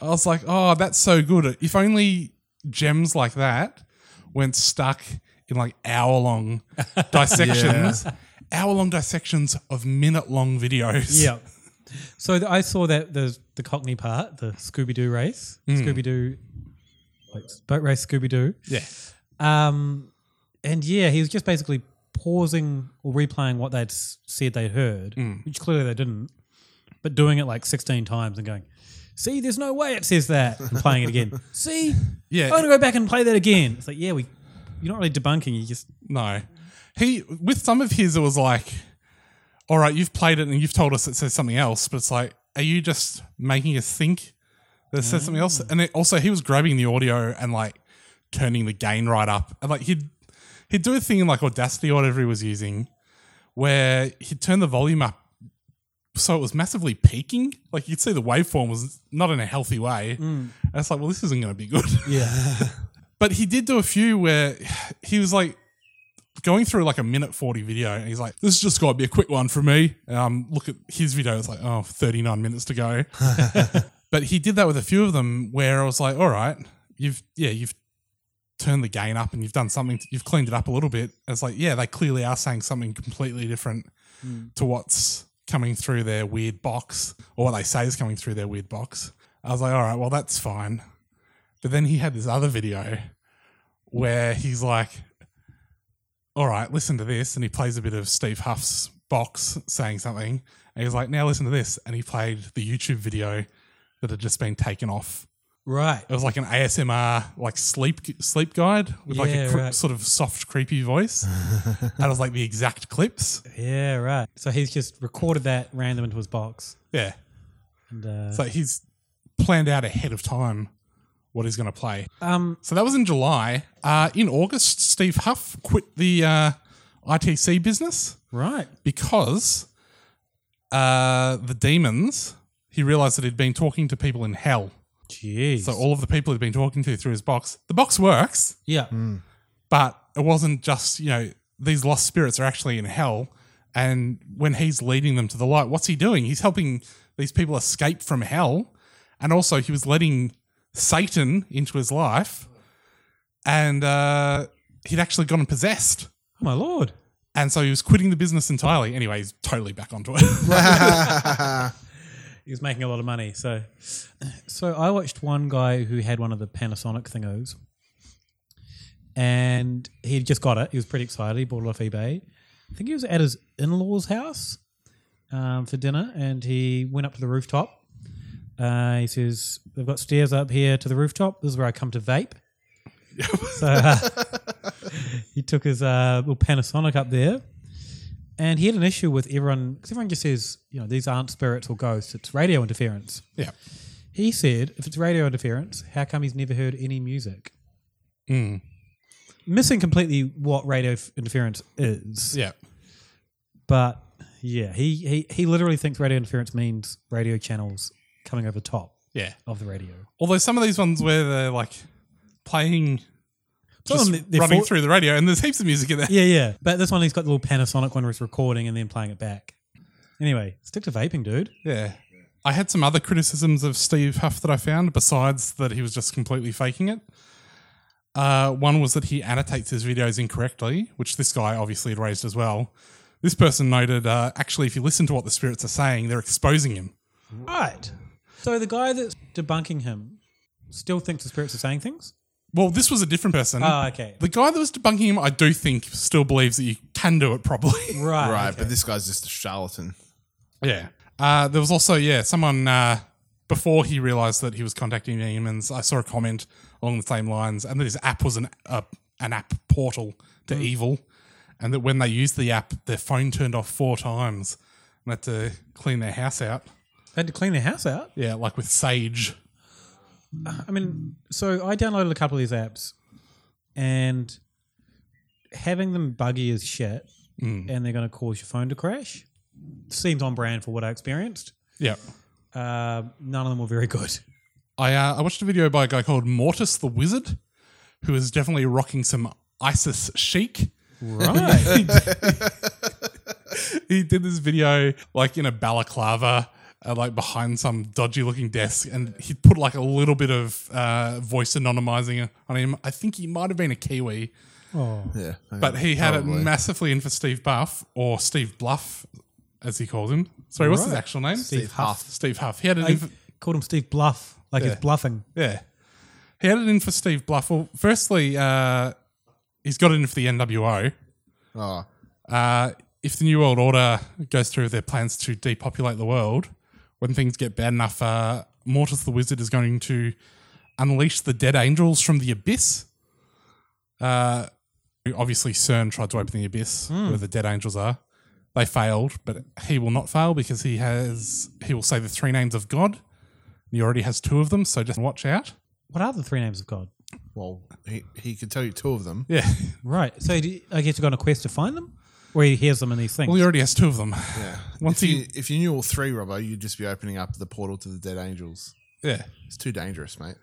Speaker 5: I was like, oh, that's so good. If only gems like that went stuck in like hour long dissections, hour long dissections of minute long videos.
Speaker 3: Yeah. So th- I saw that the the Cockney part, the Scooby Doo race,
Speaker 5: Mm.
Speaker 3: Scooby Doo, like boat race, Scooby Doo.
Speaker 5: Yeah.
Speaker 3: Um, and yeah, he was just basically pausing or replaying what they'd s- said they'd heard,
Speaker 5: Mm.
Speaker 3: which clearly they didn't, but doing it like sixteen times and going, "See, there's no way it says that," and playing it again. See,
Speaker 5: Yeah.
Speaker 3: I'm gonna go back and play that again. It's like, yeah, we, you're not really debunking, you just
Speaker 5: No. He with some of his it was like, all right, you've played it and you've told us it says something else, but it's like, are you just making us think that it says something else? And it, also he was grabbing the audio and like turning the gain right up. And like he'd he'd do a thing in like Audacity or whatever he was using where he'd turn the volume up so it was massively peaking. Like you'd see the waveform was not in a healthy way.
Speaker 3: Mm.
Speaker 5: And it's like, well, this isn't gonna be good.
Speaker 3: yeah.
Speaker 5: But he did do a few where he was like going through like a minute 40 video and he's like, this has just got to be a quick one for me. Um, look at his video. It's like, oh, 39 minutes to go. but he did that with a few of them where I was like, all right, you've, yeah, you've turned the gain up and you've done something, you've cleaned it up a little bit. It's like, yeah, they clearly are saying something completely different
Speaker 3: Mm.
Speaker 5: to what's coming through their weird box or what they say is coming through their weird box. I was like, all right, well, that's fine. But then he had this other video where he's like, all right, listen to this. And he plays a bit of Steve Huff's box saying something. And he's like, now listen to this. And he played the YouTube video that had just been taken off.
Speaker 3: Right.
Speaker 5: It was like an ASMR, like sleep sleep guide with like a
Speaker 3: Yeah,
Speaker 5: cre-
Speaker 3: right.
Speaker 5: sort of soft, creepy voice. and it was like the exact clips.
Speaker 3: Yeah, right. So he's just recorded that, ran them into his box.
Speaker 5: Yeah.
Speaker 3: And, uh,
Speaker 5: So he's planned out ahead of time what he's going to play.
Speaker 3: Um,
Speaker 5: so that was in July. Uh, in August, Steve Huff quit the uh, ITC business.
Speaker 3: Right.
Speaker 5: Because uh, the demons, he realized that he'd been talking to people in hell.
Speaker 3: Jeez.
Speaker 5: So all of the people he'd been talking to through his box, the box works.
Speaker 3: Yeah.
Speaker 5: Mm. But it wasn't just, you know, these lost spirits are actually in hell. And when he's leading them to the light, what's he doing? He's helping these people escape from hell. And also, he was letting Satan into his life. And uh, he'd actually gotten possessed.
Speaker 3: Oh, my Lord.
Speaker 5: And so he was quitting the business entirely. Anyway, he's totally back onto it.
Speaker 3: he was making a lot of money. So, so I watched one guy who had one of the Panasonic thingos, and he had just got it. He was pretty excited. He bought it off eBay. I think he was at his in-laws' house um, for dinner, and he went up to the rooftop. Uh, he says, "They've got stairs up here to the rooftop. This is where I come to vape." so uh, he took his uh, little Panasonic up there, And he had an issue with everyone because everyone just says, you know, these aren't spirits or ghosts; it's radio interference.
Speaker 5: Yeah.
Speaker 3: He said, if it's radio interference, how come he's never heard any music?
Speaker 5: Mm.
Speaker 3: Missing completely what radio f- interference is.
Speaker 5: Yeah.
Speaker 3: But yeah, he, he he literally thinks radio interference means radio channels coming over top.
Speaker 5: Yeah.
Speaker 3: Of the radio.
Speaker 5: Although some of these ones where they're like playing,
Speaker 3: Some of
Speaker 5: just
Speaker 3: them, they're
Speaker 5: running
Speaker 3: for-
Speaker 5: through the radio, and there's heaps of music in there.
Speaker 3: Yeah, yeah. But this one, he's got the little Panasonic one where it's recording and then playing it back. Anyway, stick to vaping, dude.
Speaker 5: Yeah. I had some other criticisms of Steve Huff that I found, besides that he was just completely faking it. Uh, one was that he annotates his videos incorrectly, which this guy obviously had raised as well. This person noted uh, actually, if you listen to what the spirits are saying, they're exposing him.
Speaker 3: Right. So the guy that's debunking him still thinks the spirits are saying things?
Speaker 5: Well, this was a different person.
Speaker 3: Ah, okay.
Speaker 5: The guy that was debunking him, I do think, still believes that you can do it properly.
Speaker 3: Right.
Speaker 4: Right, but this guy's just a charlatan.
Speaker 5: Yeah. Uh, there was also, yeah, someone uh, before he realized that he was contacting demons, I saw a comment along the same lines and that his app was an, uh, an app portal to
Speaker 3: Mm.
Speaker 5: evil. And that when they used the app, their phone turned off four times and had to clean their house out.
Speaker 3: They had to clean their house out?
Speaker 5: Yeah, like with sage.
Speaker 3: I mean, so I downloaded a couple of these apps and having them buggy as shit
Speaker 5: Mm.
Speaker 3: and they're going to cause your phone to crash seems on brand for what I experienced.
Speaker 5: Yep.
Speaker 3: Uh, none of them were very good.
Speaker 5: I uh, I watched a video by a guy called Mortis the Wizard, who is definitely rocking some ISIS chic.
Speaker 3: Right.
Speaker 5: he did this video like in a balaclava, uh, like behind some dodgy looking desk, and he put like a little bit of uh, voice anonymizing on him. I think he might have been a Kiwi.
Speaker 3: Oh.
Speaker 4: Yeah,
Speaker 5: But he had it
Speaker 4: probably.
Speaker 5: massively in for Steve Buff or Steve Bluff, as he calls him. Sorry, what's his
Speaker 3: Right.
Speaker 5: actual name?
Speaker 3: Steve Steve Huff. Huff.
Speaker 5: Steve Huff. He had it
Speaker 3: I
Speaker 5: in for-
Speaker 3: called him Steve Bluff, like
Speaker 5: Yeah.
Speaker 3: he's bluffing.
Speaker 5: yeah. He had it in for Steve Bluff. Well, firstly, uh, he's got it in for the NWO.
Speaker 4: Oh.
Speaker 5: Uh, if the New World Order goes through with their plans to depopulate the world, when things get bad enough, uh, Mortis the Wizard is going to unleash the dead angels from the abyss. Uh, obviously, CERN tried to open the abyss
Speaker 3: Hmm.
Speaker 5: where the dead angels are. They failed, but he will not fail because he has he will say the three names of God. He already has two of them, so just watch out.
Speaker 3: What are the three names of God?
Speaker 4: Well, he, he could tell you two of them.
Speaker 5: Yeah.
Speaker 3: Right. So do you, I guess you go on a quest to find them? Or he hears them in these things?
Speaker 5: Well, he already has two of them.
Speaker 4: Yeah.
Speaker 5: Once
Speaker 4: if,
Speaker 5: he-
Speaker 4: you, if you knew all three, Robbo, you'd just be opening up the portal to the dead angels.
Speaker 5: Yeah.
Speaker 4: It's too dangerous, mate.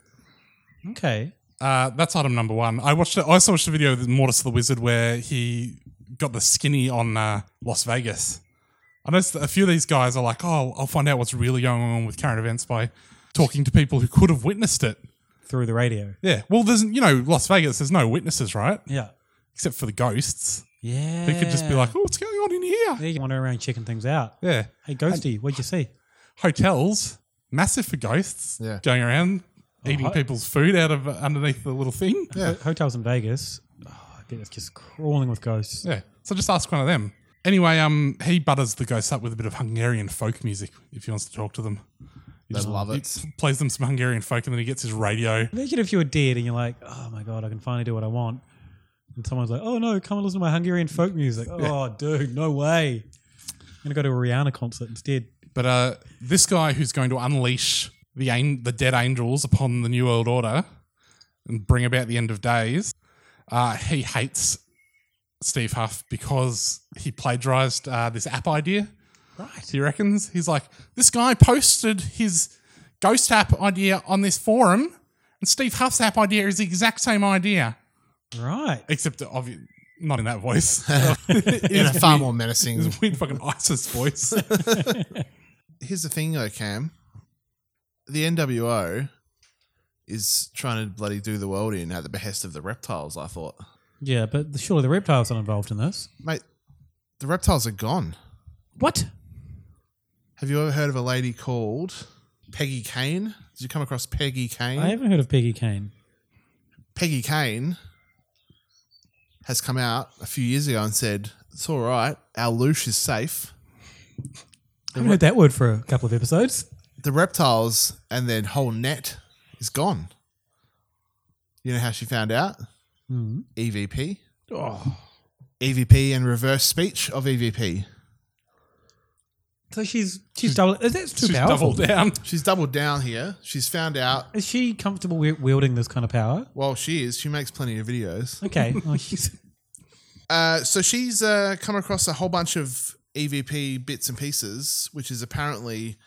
Speaker 3: Okay.
Speaker 5: Uh, that's item number one. I watched. A, I also watched a video of Mortis the Wizard where he got the skinny on uh, Las Vegas. I noticed that a few of these guys are like, "Oh, I'll find out what's really going on with current events by talking to people who could have witnessed it."
Speaker 3: Through the radio.
Speaker 5: Yeah. Well, there's you know Las Vegas. There's no witnesses, right?
Speaker 3: Yeah.
Speaker 5: Except for the ghosts.
Speaker 3: Yeah.
Speaker 5: They could just be like, "Oh, what's going on in here?"
Speaker 3: Yeah, you wander around checking things out.
Speaker 5: Yeah.
Speaker 3: Hey, Ghosty, what'd you see?
Speaker 5: hotels massive for ghosts.
Speaker 4: Yeah.
Speaker 5: Going around eating
Speaker 3: hi-
Speaker 5: people's food out of underneath the little thing.
Speaker 3: Ho- hotels in Vegas. Oh, I bet it's just crawling with ghosts.
Speaker 5: Yeah. So just ask one of them. Anyway, um, he butters the ghosts up with a bit of Hungarian folk music if he wants to talk to them. He
Speaker 4: They love
Speaker 5: he
Speaker 4: it.
Speaker 5: f- Plays them some Hungarian folk, and then he gets his radio.
Speaker 3: Imagine if you were dead and you're like, oh my God, I can finally do what I want. And someone's like, oh no, come and listen to my Hungarian folk music. Oh, dude, no way. I'm going to go to a Rihanna concert instead.
Speaker 5: But uh, this guy who's going to unleash the an- the dead angels upon the new world order and bring about the end of days, uh, he hates Steve Huff because he plagiarized uh, this app idea.
Speaker 3: Right.
Speaker 5: He reckons he's like this guy posted his ghost app idea on this forum, and Steve Huff's app idea is the exact same idea,
Speaker 3: Right.
Speaker 5: except obvi- not in that voice.
Speaker 4: In a far more menacing-
Speaker 5: His weird fucking ISIS voice.
Speaker 4: Here's the thing, though, Cam. The NWO is trying to bloody do the world in at the behest of the reptiles, I thought.
Speaker 3: Yeah, but surely the reptiles aren't involved in this.
Speaker 4: Mate, the reptiles are gone.
Speaker 3: What?
Speaker 4: Have you ever heard of a lady called Peggy Kane? Did you come across Peggy Kane?
Speaker 3: I haven't heard of Peggy Kane.
Speaker 4: Peggy Kane has come out a few years ago and said, It's all right, our loosh is safe.
Speaker 3: I haven't heard that word for a couple of episodes.
Speaker 4: The reptiles and their whole net is gone. You know how she found out? E
Speaker 3: Mm.
Speaker 4: EVP. EVP and reverse speech of E EVP. So she's she's double. That's too
Speaker 5: she's
Speaker 4: powerful.
Speaker 5: doubled down. She's doubled down here. She's found out.
Speaker 4: Is she comfortable wi- wielding this kind of power?
Speaker 5: Well, she is. She makes plenty of videos.
Speaker 4: Okay. Oh, she's-
Speaker 5: Uh, so she's uh, come across a whole bunch of EVP bits and pieces, which is apparently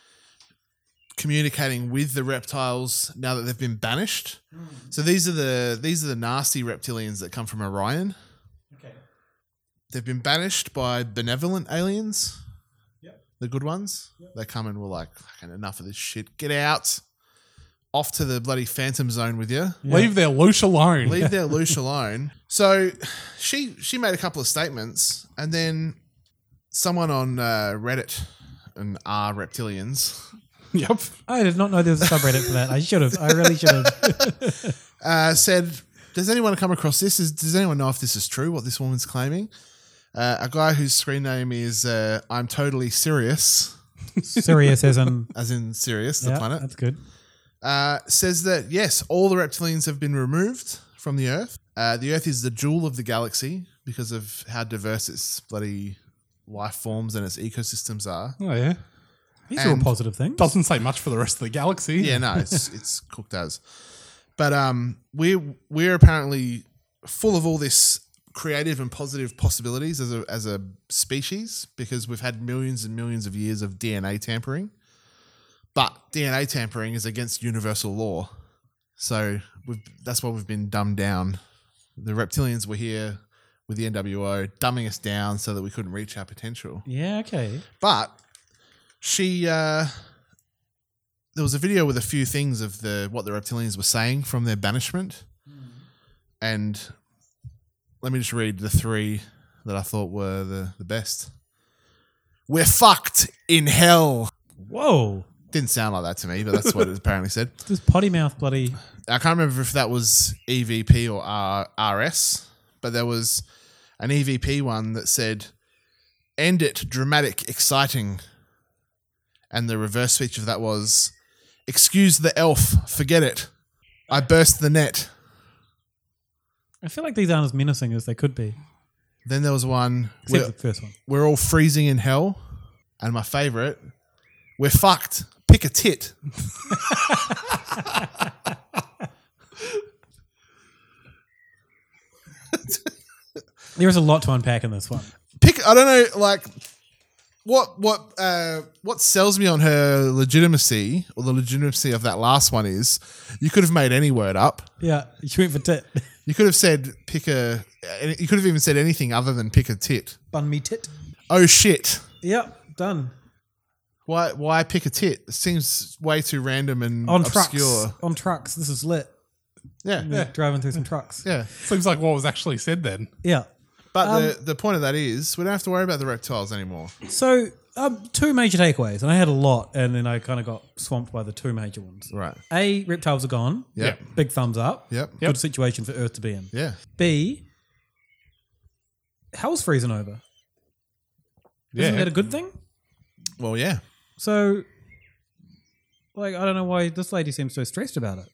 Speaker 5: communicating with the reptiles now that they've been banished. So these are the these are the nasty reptilians that come from Orion. Okay. They've been banished by benevolent aliens. Yep. The good ones. They come and were like, "Fucking enough of this shit. Get out." Off to the bloody phantom zone with you.
Speaker 3: Leave their loosh alone.
Speaker 5: Leave their loosh alone. So she she made a couple of statements, and then someone on uh, Reddit and R reptilians.
Speaker 3: Yep.
Speaker 4: I did not know there was a subreddit for that. I should have. I really should have.
Speaker 5: uh, said, "Does anyone come across this? Is, does anyone know if this is true? What this woman's claiming?" Uh, a guy whose screen name is uh, "I'm totally serious."
Speaker 4: Serious as in-
Speaker 5: as in Sirius, the
Speaker 4: Yeah,
Speaker 5: planet.
Speaker 4: that's good.
Speaker 5: Uh, says that yes, all the reptilians have been removed from the Earth. Uh, the Earth is the jewel of the galaxy because of how diverse its bloody life forms and its ecosystems are.
Speaker 3: Oh yeah.
Speaker 5: These are all And- positive
Speaker 4: things.
Speaker 3: Doesn't say much for the rest of the galaxy.
Speaker 5: Yeah, no, it's it's cooked as. But um, we're we're apparently full of all this creative and positive possibilities as a as a species because we've had millions and millions of years of DNA tampering. But DNA tampering is against universal law, so we've, that's why we've been dumbed down. The reptilians were here with the NWO, dumbing us down so that we couldn't reach our potential.
Speaker 4: yeah. Okay.
Speaker 5: But she, uh, there was a video with a few things of the what the reptilians were saying from their banishment, and let me just read the three that I thought were the the best. We're fucked in hell.
Speaker 4: Whoa!
Speaker 5: Didn't sound like that to me, but that's what it apparently said.
Speaker 4: This potty mouth bloody.
Speaker 5: I can't remember if that was EVP or R- RS, but there was an EVP one that said, "End it, dramatic, exciting," and the reverse feature of that was, "Excuse the elf, forget it." I burst the net.
Speaker 4: I feel like these aren't as menacing as they could be.
Speaker 5: Then there was one.
Speaker 4: Except
Speaker 5: we're-
Speaker 4: the first one.
Speaker 5: We're all freezing in hell, and my favorite, we're fucked. Pick a tit.
Speaker 4: There is a lot to unpack in this one.
Speaker 5: pick i don't know like what what uh what sells me on her legitimacy or the legitimacy of that last one is you could have made any word up
Speaker 4: Yeah, she went for tit.
Speaker 5: you could have said pick a you could have even said anything other than pick a tit
Speaker 4: Bun me tit.
Speaker 5: oh shit
Speaker 4: Yep, done.
Speaker 5: why why pick a tit it seems way too random and
Speaker 4: On
Speaker 5: Mm, obscure
Speaker 4: trucks. On trucks. This is lit.
Speaker 5: Yeah.
Speaker 4: We're Driving through some trucks.
Speaker 5: yeah
Speaker 3: seems like what was actually said then
Speaker 4: Yeah.
Speaker 5: but
Speaker 4: Um,
Speaker 5: the, the point of that is we don't have to worry about the reptiles anymore
Speaker 4: So, um, two major takeaways, and I had a lot, and then I kind of got swamped by the two major ones.
Speaker 5: Right.
Speaker 4: A, reptiles are gone.
Speaker 5: Yep.
Speaker 4: Big thumbs up.
Speaker 5: Yep.
Speaker 4: Good situation for Earth to be in.
Speaker 5: Yeah.
Speaker 4: B, hell's freezing over. Isn't
Speaker 5: Yeah.
Speaker 4: that a good thing?
Speaker 5: well yeah
Speaker 4: So, like, I don't know why this lady seems so stressed about it.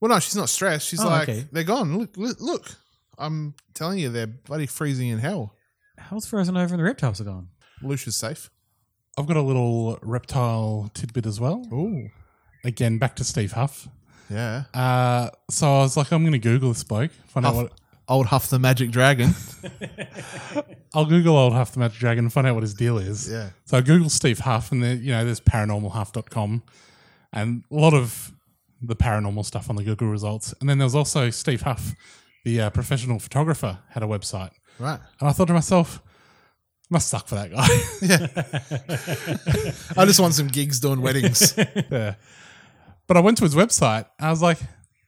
Speaker 5: Well, no, she's not stressed. She's
Speaker 4: Oh,
Speaker 5: like,
Speaker 4: okay.
Speaker 5: they're gone. Look, look, look. I'm telling you, they're bloody freezing in hell.
Speaker 4: Hell's frozen over and the reptiles are gone.
Speaker 5: Lucia's safe.
Speaker 3: I've got a little reptile tidbit as well.
Speaker 5: Ooh.
Speaker 3: Again, back to Steve Huff.
Speaker 5: Yeah.
Speaker 3: Uh, so I was like, I'm going to Google this bloke, find out
Speaker 5: Huff-
Speaker 3: what.
Speaker 5: Old Huff the Magic Dragon.
Speaker 3: I'll Google old Huff the Magic Dragon and find out what his deal is.
Speaker 5: Yeah.
Speaker 3: So I Google Steve Huff, and then you know there's paranormalhuff.com, and a lot of the paranormal stuff on the Google results. And then there was also Steve Huff, the uh, professional photographer, had a website.
Speaker 5: Right.
Speaker 3: And I thought to myself, must suck for that guy. Yeah.
Speaker 5: I just want some gigs doing weddings.
Speaker 3: yeah. But I went to his website. And I was like,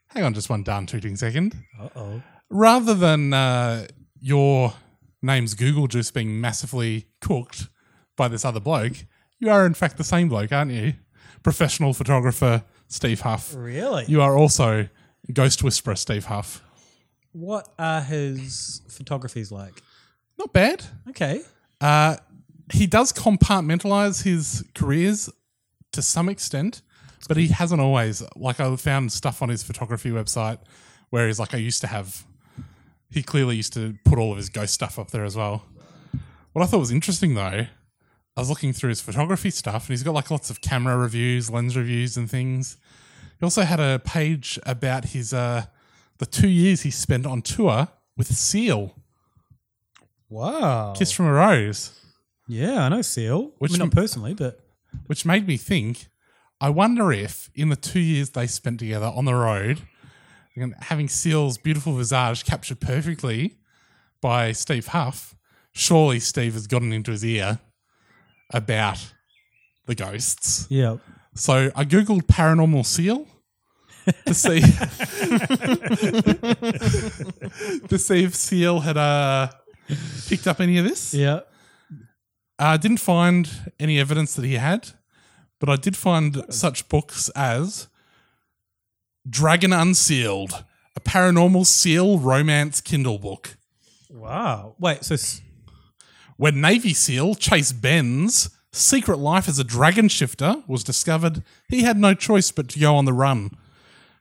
Speaker 3: hang on just one darn tooting second.
Speaker 4: Uh oh.
Speaker 3: Rather than uh, your name's Google juice being massively cooked by this other bloke, you are in fact the same bloke, aren't you? Professional photographer Steve Huff.
Speaker 4: Really?
Speaker 3: You are also ghost whisperer Steve Huff.
Speaker 4: What are his photographies like?
Speaker 3: Not bad.
Speaker 4: Okay.
Speaker 3: Uh, he does compartmentalize his careers to some extent, but he hasn't always. Like I found stuff on his photography website where he's like, I used to have. He clearly used to put all of his ghost stuff up there as well. What I thought was interesting though, I was looking through his photography stuff, and he's got like lots of camera reviews, lens reviews, and things. He also had a page about his uh, the two years he spent on tour with Seal.
Speaker 4: Wow.
Speaker 3: Kiss from a Rose.
Speaker 4: Yeah, I know Seal. I
Speaker 3: Which
Speaker 4: mean, not personally, but
Speaker 3: which made me think. I wonder if in the two years they spent together on the road, and having Seal's beautiful visage captured perfectly by Steve Huff, surely Steve has gotten into his ear about the ghosts.
Speaker 4: Yeah.
Speaker 3: So I googled paranormal seal to see to see if Seal had uh, picked up any of this. Uh,
Speaker 4: Yeah.
Speaker 3: I didn't find any evidence that he had, but I did find such books as Dragon Unsealed, a paranormal seal romance Kindle book.
Speaker 4: Wow. Wait, so. S-
Speaker 3: when Navy SEAL Chase Ben's secret life as a dragon shifter was discovered, he had no choice but to go on the run.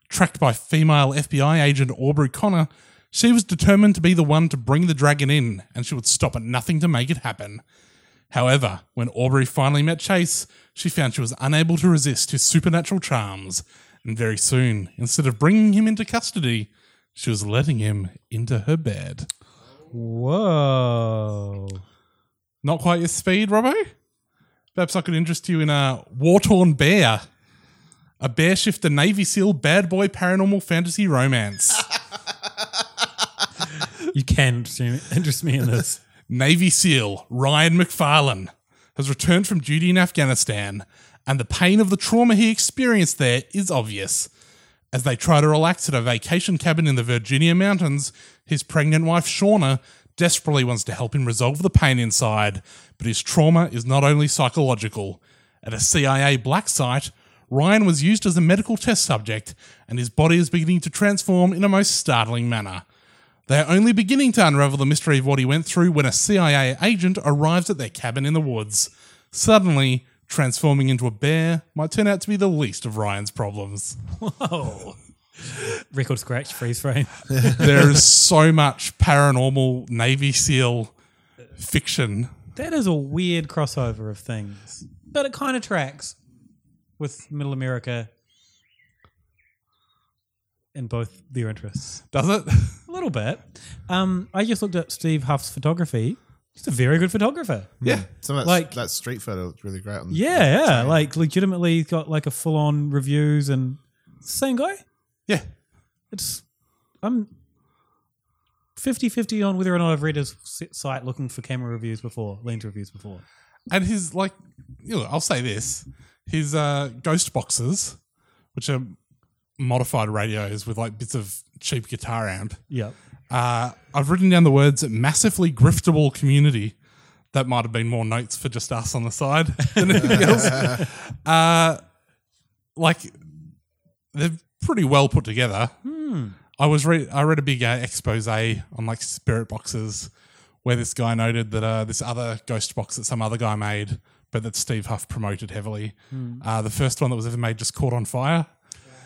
Speaker 3: Tracked by female FBI agent Aubrey Connor, she was determined to be the one to bring the dragon in, and she would stop at nothing to make it happen. However, when Aubrey finally met Chase, she found she was unable to resist his supernatural charms, and very soon, instead of bringing him into custody, she was letting him into her bed.
Speaker 4: Whoa.
Speaker 3: Not quite your speed, Robbo? Perhaps I could interest you in a War Torn Bear, a bear shifter Navy SEAL bad boy paranormal fantasy romance.
Speaker 4: you can interest me- interest me in this.
Speaker 3: Navy SEAL Ryan McFarlane has returned from duty in Afghanistan, and the pain of the trauma he experienced there is obvious. As they try to relax at a vacation cabin in the Virginia mountains, his pregnant wife Shauna desperately wants to help him resolve the pain inside, but his trauma is not only psychological. At a CIA black site, Ryan was used as a medical test subject, and his body is beginning to transform in a most startling manner. They are only beginning to unravel the mystery of what he went through when a CIA agent arrives at their cabin in the woods. Suddenly, transforming into a bear might turn out to be the least of Ryan's problems.
Speaker 4: Whoa. Oh. Record scratch, freeze frame.
Speaker 3: there is so much paranormal Navy SEAL fiction.
Speaker 4: That is a weird crossover of things, but it kind of tracks with Middle America in both their interests.
Speaker 3: Does it?
Speaker 4: A little bit. Um, I just looked at Steve Huff's photography. He's a very good photographer.
Speaker 5: Yeah, some of that,
Speaker 4: Like-
Speaker 5: like, that street photo looked really great.
Speaker 3: um,
Speaker 5: On the,
Speaker 4: Yeah, yeah.
Speaker 5: train.
Speaker 4: Like legitimately he's got like a full on reviews and same guy?
Speaker 3: Yeah.
Speaker 4: It's I'm 50-50 on whether or not I've read his si- site looking for camera reviews before, lens reviews before.
Speaker 3: And his like, you know, I'll say this: his uh, ghost boxes, which are modified radios with like bits of cheap guitar amp.
Speaker 4: Yep.
Speaker 3: Uh, I've written down the words "massively griftable community." That might have been more notes for just us on the side than anything else. Uh, like they're pretty well put together.
Speaker 4: Hmm.
Speaker 3: I was read I read a big uh, expose on like spirit boxes, where this guy noted that uh, this other ghost box that some other guy made, but that Steve Huff promoted heavily.
Speaker 4: Hmm.
Speaker 3: Uh, the first one that was ever made just caught on fire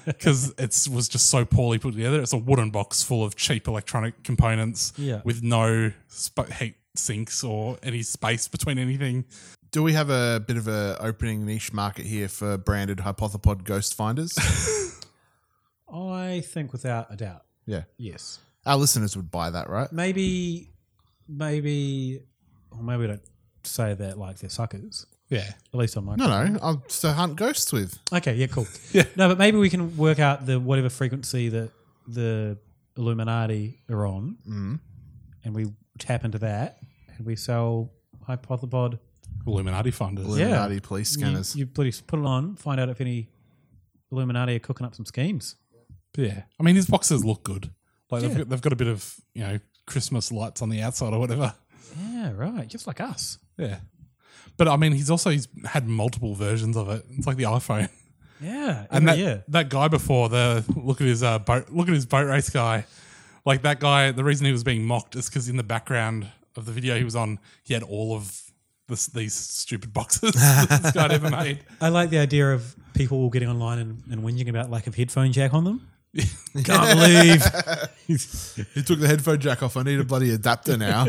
Speaker 3: because it was just so poorly put together. It's a wooden box full of cheap electronic components
Speaker 4: Yeah.
Speaker 3: with no sp- heat sinks or any space between anything.
Speaker 5: do we have a bit of a opening niche market here for branded hypothepod ghost finders?
Speaker 4: I think without a doubt.
Speaker 5: yeah,
Speaker 4: Yes.
Speaker 5: our listeners would buy that, right?
Speaker 4: Maybe maybe or maybe I don't say that like they're suckers.
Speaker 3: Yeah.
Speaker 4: At least on my
Speaker 5: No, no, I'm to hunt ghosts with.
Speaker 4: Okay, yeah, cool. yeah. No, but maybe we can work out the whatever frequency that the Illuminati are on,
Speaker 5: Mhm.
Speaker 4: and we tap into that, and we sell Hypothepod.
Speaker 3: Illuminati funders.
Speaker 5: Illuminati police scanners.
Speaker 4: You, you bloody s- put it on, find out if any Illuminati are cooking up some schemes.
Speaker 3: Yeah. I mean, his boxes look good. Like
Speaker 4: Yeah.
Speaker 3: they've, got, they've got a bit of you know Christmas lights on the outside or whatever.
Speaker 4: Yeah, right. Just like us.
Speaker 3: Yeah. But I mean, he's also he's had multiple versions of it. It's like the iPhone.
Speaker 4: Yeah,
Speaker 3: and that
Speaker 4: every year.
Speaker 3: that guy before the look at his uh, boat look at his boat race guy, like that guy. The reason he was being mocked is because in the background of the video he was on, he had all of this, these stupid boxes that this guy ever made.
Speaker 4: I like the idea of people all getting online and, and whinging about lack of headphone jack on them. Can't believe.
Speaker 5: he took the headphone jack off. I need a bloody adapter now.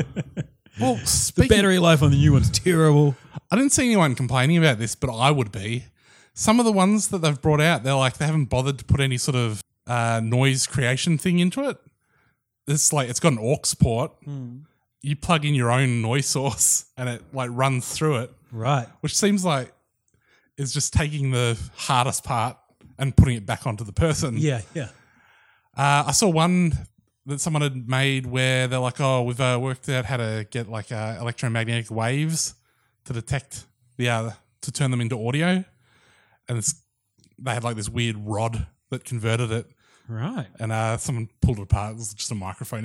Speaker 3: Well,
Speaker 4: the battery life on the new one's terrible.
Speaker 3: I didn't see anyone complaining about this, but I would be. Some of the ones that they've brought out, they're like they haven't bothered to put any sort of uh, noise creation thing into it. It's like it's got an aux port. You plug in your own noise source, and it like runs through it.
Speaker 4: Right.
Speaker 3: Which seems like it's just taking the hardest part and putting it back onto the person.
Speaker 4: Yeah, yeah.
Speaker 3: Uh, I saw one that someone had made where they're like, "Oh, we've uh, worked out how to get like uh, electromagnetic waves to detect the uh, to turn them into audio," and it's, they had like this weird rod that converted it.
Speaker 4: Right.
Speaker 3: And uh, someone pulled it apart. It was just a microphone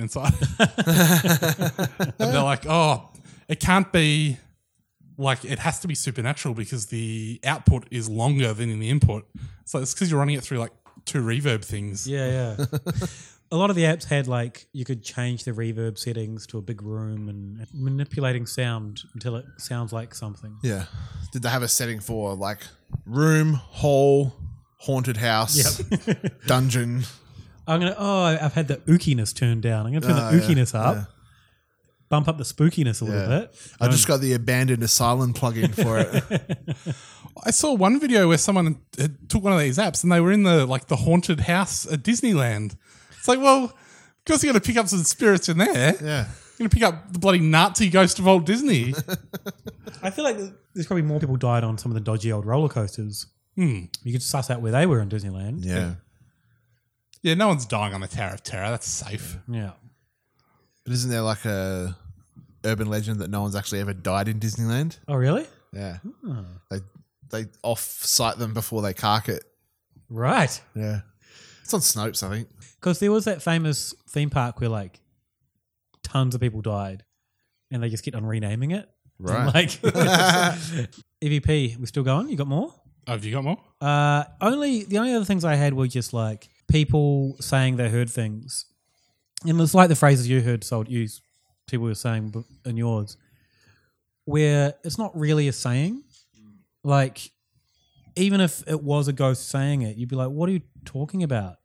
Speaker 3: inside. and they're like, "Oh, it can't be." Like it has to be supernatural because the output is longer than in the input. So it's because you're running it through like two reverb things.
Speaker 4: Yeah, yeah. a lot of the apps had like you could change the reverb settings to a big room and manipulating sound until it sounds like something.
Speaker 5: Yeah. Did they have a setting for like room, hall, haunted house, dungeon?
Speaker 4: I'm gonna oh I've had the ookiness turned down. I'm gonna turn
Speaker 5: Ah,
Speaker 4: the
Speaker 5: yeah,
Speaker 4: ookiness up,
Speaker 5: yeah.
Speaker 4: bump up the spookiness a little
Speaker 5: Yeah.
Speaker 4: bit.
Speaker 5: I
Speaker 4: No
Speaker 5: just got the abandoned asylum plugin for it.
Speaker 3: I saw one video where someone had took one of these apps and they were in the like the haunted house at Disneyland. It's like, well, of course you're gonna pick up some spirits in there.
Speaker 5: Yeah.
Speaker 3: You're gonna pick up the bloody Nazi ghost of Walt Disney.
Speaker 4: I feel like there's, there's probably more people died on some of the dodgy old roller coasters.
Speaker 3: Hmm.
Speaker 4: You could suss out where they were in Disneyland.
Speaker 5: Yeah.
Speaker 3: yeah, no one's dying on the Tower of Terror. That's safe.
Speaker 4: Yeah.
Speaker 5: But isn't there like a urban legend that no one's actually ever died in Disneyland?
Speaker 4: Oh, really?
Speaker 5: Yeah.
Speaker 4: Hmm.
Speaker 5: They they off site them before they cark it.
Speaker 4: Right.
Speaker 5: Yeah. It's on Snopes, I think.
Speaker 4: Because there was that famous theme park where like tons of people died, and they just kept on renaming it.
Speaker 5: Right.
Speaker 4: Like EVP, we still going? You got more?
Speaker 3: Oh, have you got more?
Speaker 4: Uh, only the only other things I had were just like people saying they heard things, and it was like the phrases you heard sold you people were saying b- in yours, where it's not really a saying. Like, even if it was a ghost saying it, you'd be like, "What are you talking about?"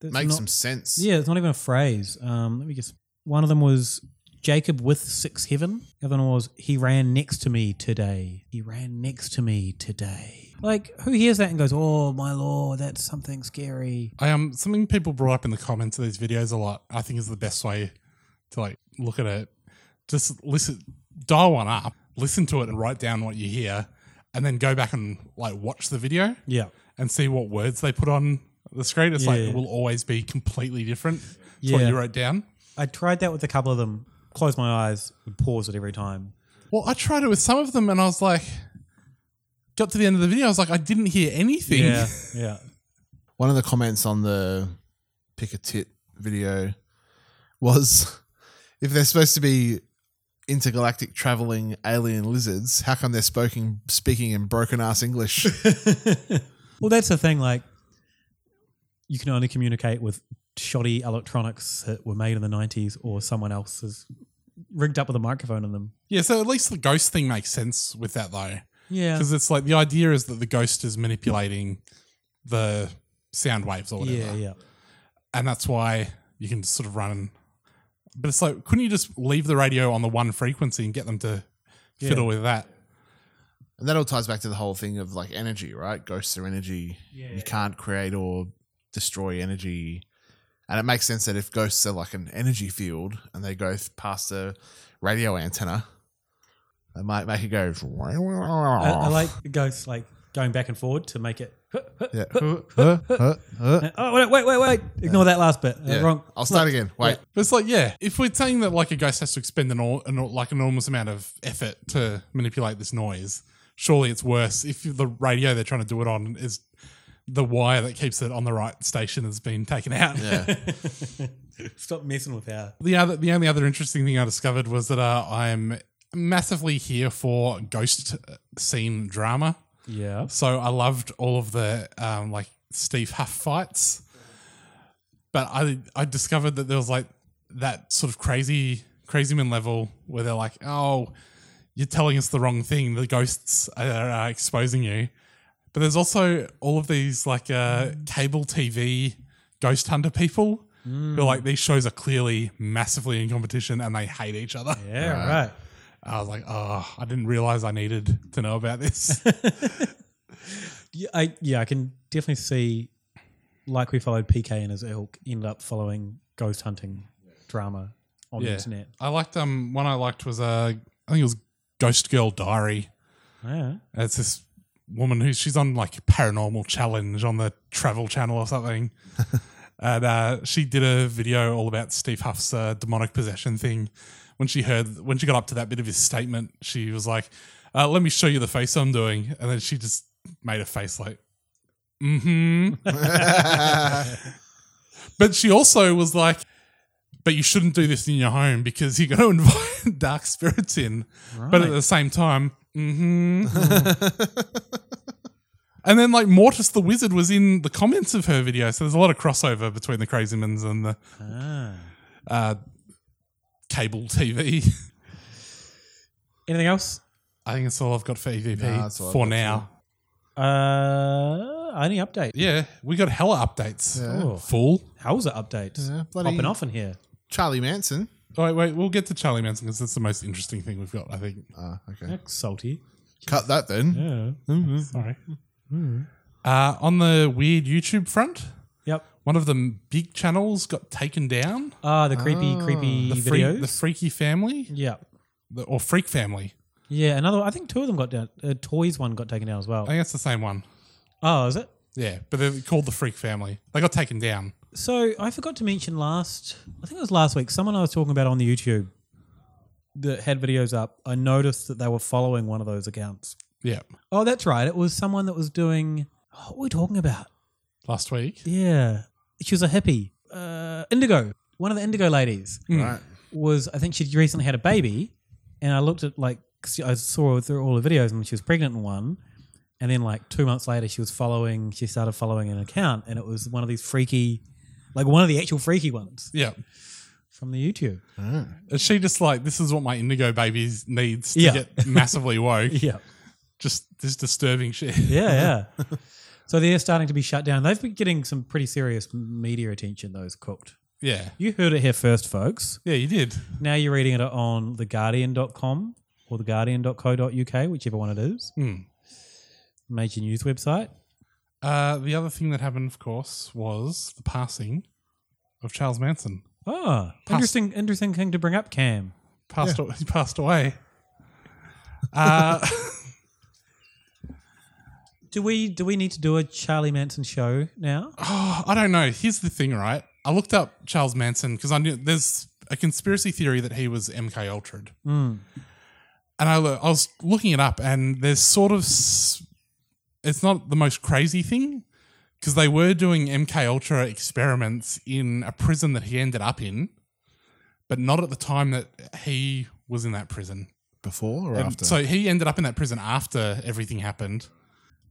Speaker 4: That's
Speaker 5: Makes some sense.
Speaker 4: Yeah, it's not even a phrase. Um, let me guess. One of them was Jacob with six heaven. The other one was he ran next to me today. He ran next to me today. Like, who hears that and goes, "Oh my lord, that's something scary."
Speaker 3: I um something people brought up in the comments of these videos a lot. I think is the best way to like look at it. Just listen, dial one up, listen to it, and write down what you hear, and then go back and like watch the video.
Speaker 4: Yeah.
Speaker 3: and see what words they put on the screen. It's like
Speaker 4: Yeah.
Speaker 3: it will always be completely different to what you wrote down.
Speaker 4: I tried that with a couple of them. Close my eyes, and pause it every time.
Speaker 3: Well, I tried it with some of them, and I was like, got to the end of the video, I was like, I didn't hear anything.
Speaker 4: Yeah, yeah.
Speaker 5: One of the comments on the pick a tit video was if they're supposed to be intergalactic traveling alien lizards, how come they're spoken, speaking in broken ass English?
Speaker 4: Well, that's the thing. Like, you can only communicate with shoddy electronics that were made in the '90s, or someone else has rigged up with a microphone in them.
Speaker 3: Yeah, so at least the ghost thing makes sense with that though.
Speaker 4: Yeah.
Speaker 3: Because it's like the idea is that the ghost is manipulating the sound waves or whatever.
Speaker 4: Yeah, yeah.
Speaker 3: And that's why you can sort of run. But it's like, couldn't you just leave the radio on the one frequency and get them to fiddle with that?
Speaker 5: And that all ties back to the whole thing of like energy, right? Ghosts are energy. You can't create or destroy energy. And it makes sense that if ghosts are like an energy field and they go th- past a radio antenna, they might make it go.
Speaker 4: I, I like the ghosts like going back and forward to make it.
Speaker 5: Yeah.
Speaker 4: oh wait, wait, wait, wait! Ignore that last bit. Uh,
Speaker 3: Yeah.
Speaker 4: Wrong.
Speaker 5: I'll start again. Wait.
Speaker 3: But it's like, yeah, if we're saying that like a ghost has to expend an, all, an all- like enormous amount of effort to manipulate this noise, surely it's worse if the radio they're trying to do it on is the wire that keeps it on the right station has been taken out.
Speaker 4: Stop messing with our.
Speaker 3: the other, the only other interesting thing I discovered was that uh, I'm massively here for ghost uh, scene drama.
Speaker 4: Yeah.
Speaker 3: So I loved all of the um, like Steve Huff fights, but I I discovered that there was like that sort of crazy crazy man level where they're like, oh, you're telling us the wrong thing. The ghosts are uh, exposing you. But there's also all of these like uh, cable TV ghost hunter people who are
Speaker 4: Mm.
Speaker 3: like these shows are clearly massively in competition and they hate each other.
Speaker 4: Yeah, Right. right.
Speaker 3: I was like, oh, I didn't realize I needed to know about this.
Speaker 4: Yeah, I, yeah, I can definitely see, like we followed PK and his ilk, end up following ghost hunting drama on the internet.
Speaker 3: I liked um one I liked was uh I think it was Ghost Girl Diary.
Speaker 4: Yeah.
Speaker 3: It's this woman who she's on like paranormal challenge on the travel channel or something. and uh, she did a video all about Steve Huff's uh, demonic possession thing. When she heard when she got up to that bit of his statement, she was like, uh, let me show you the face I'm doing. And then she just made a face like Mm-hmm. but she also was like, but you shouldn't do this in your home because you're going to invite dark spirits in. But at
Speaker 4: Right.
Speaker 3: the same time, mm-hmm. and then like Mortis the Wizard was in the comments of her video. So there's a lot of crossover between the Crazymans and the
Speaker 4: Ah.
Speaker 3: uh, cable TV.
Speaker 4: Anything else?
Speaker 3: I think that's all I've got for EVP
Speaker 4: No, that's all I've
Speaker 3: for
Speaker 4: got
Speaker 3: now.
Speaker 4: Uh, any update?
Speaker 3: Yeah, we got hella updates.
Speaker 5: Yeah.
Speaker 4: Oh.
Speaker 3: Full.
Speaker 4: How's the updates?
Speaker 5: Yeah, bloody-
Speaker 4: Popping off in here.
Speaker 5: Charlie Manson.
Speaker 3: Oh, wait, wait, we'll get to Charlie Manson because that's the most interesting thing we've got, I think.
Speaker 5: Ah, okay.
Speaker 4: Salty.
Speaker 5: Cut that then.
Speaker 4: Yeah.
Speaker 3: Sorry. Mm-hmm. Uh, on the weird YouTube front,
Speaker 4: yep,
Speaker 3: one of the m- big channels got taken down. Uh,
Speaker 4: Ah, the creepy, Ah. creepy
Speaker 3: the
Speaker 4: videos?
Speaker 3: the Freaky Family,
Speaker 4: yeah,
Speaker 3: the, or Freak Family.
Speaker 4: Yeah, another. I think two of them got down. Uh, toys one got taken down as well.
Speaker 3: I think it's the same one.
Speaker 4: Oh, is it?
Speaker 3: Yeah, but they're called the Freak Family. They got taken down.
Speaker 4: So I forgot to mention last. I think it was last week. Someone I was talking about on the YouTube that had videos up. I noticed that they were following one of those accounts.
Speaker 3: Yeah.
Speaker 4: Oh, that's right. It was someone that was doing. What were we talking about?
Speaker 3: Last week.
Speaker 4: Yeah, she was a hippie. Uh, indigo. One of the indigo ladies.
Speaker 3: Mm. Right.
Speaker 4: Was I think she'd recently had a baby, and I looked at like 'cause I saw through all the videos and she was pregnant in one, and then like two months later she was following. She started following an account, and it was one of these freaky, like one of the actual freaky ones.
Speaker 3: Yeah. Ah.
Speaker 4: From the YouTube.
Speaker 3: Is she just like, this is what my indigo babies needs to
Speaker 4: Yeah.
Speaker 3: get massively woke?
Speaker 4: Yeah.
Speaker 3: Just this disturbing shit.
Speaker 4: Yeah, yeah. so they're starting to be shut down. They've been getting some pretty serious media attention. Those cooked.
Speaker 3: Yeah.
Speaker 4: You heard it here first, folks.
Speaker 3: Yeah, you did.
Speaker 4: Now you're reading it on theguardian.com or theguardian.co.uk, whichever one it is.
Speaker 3: Hmm.
Speaker 4: Major news website.
Speaker 3: Uh, the other thing that happened, of course, was the passing of Charles Manson.
Speaker 4: Ah, interesting, interesting thing to bring up, Cam.
Speaker 3: Passed, aw- he passed away. Uh,
Speaker 4: Do we do we need to do a Charlie Manson show now?
Speaker 3: Oh, I don't know. Here's the thing, right? I looked up Charles Manson because I knew there's a conspiracy theory that he was MK Ultra'd.
Speaker 4: Mm.
Speaker 3: and I, lo- I was looking it up, and there's sort of s- it's not the most crazy thing because they were doing MK Ultra experiments in a prison that he ended up in, but not at the time that he was in that prison.
Speaker 5: Before or
Speaker 3: Um,
Speaker 5: after?
Speaker 3: So he ended up in that prison after everything happened.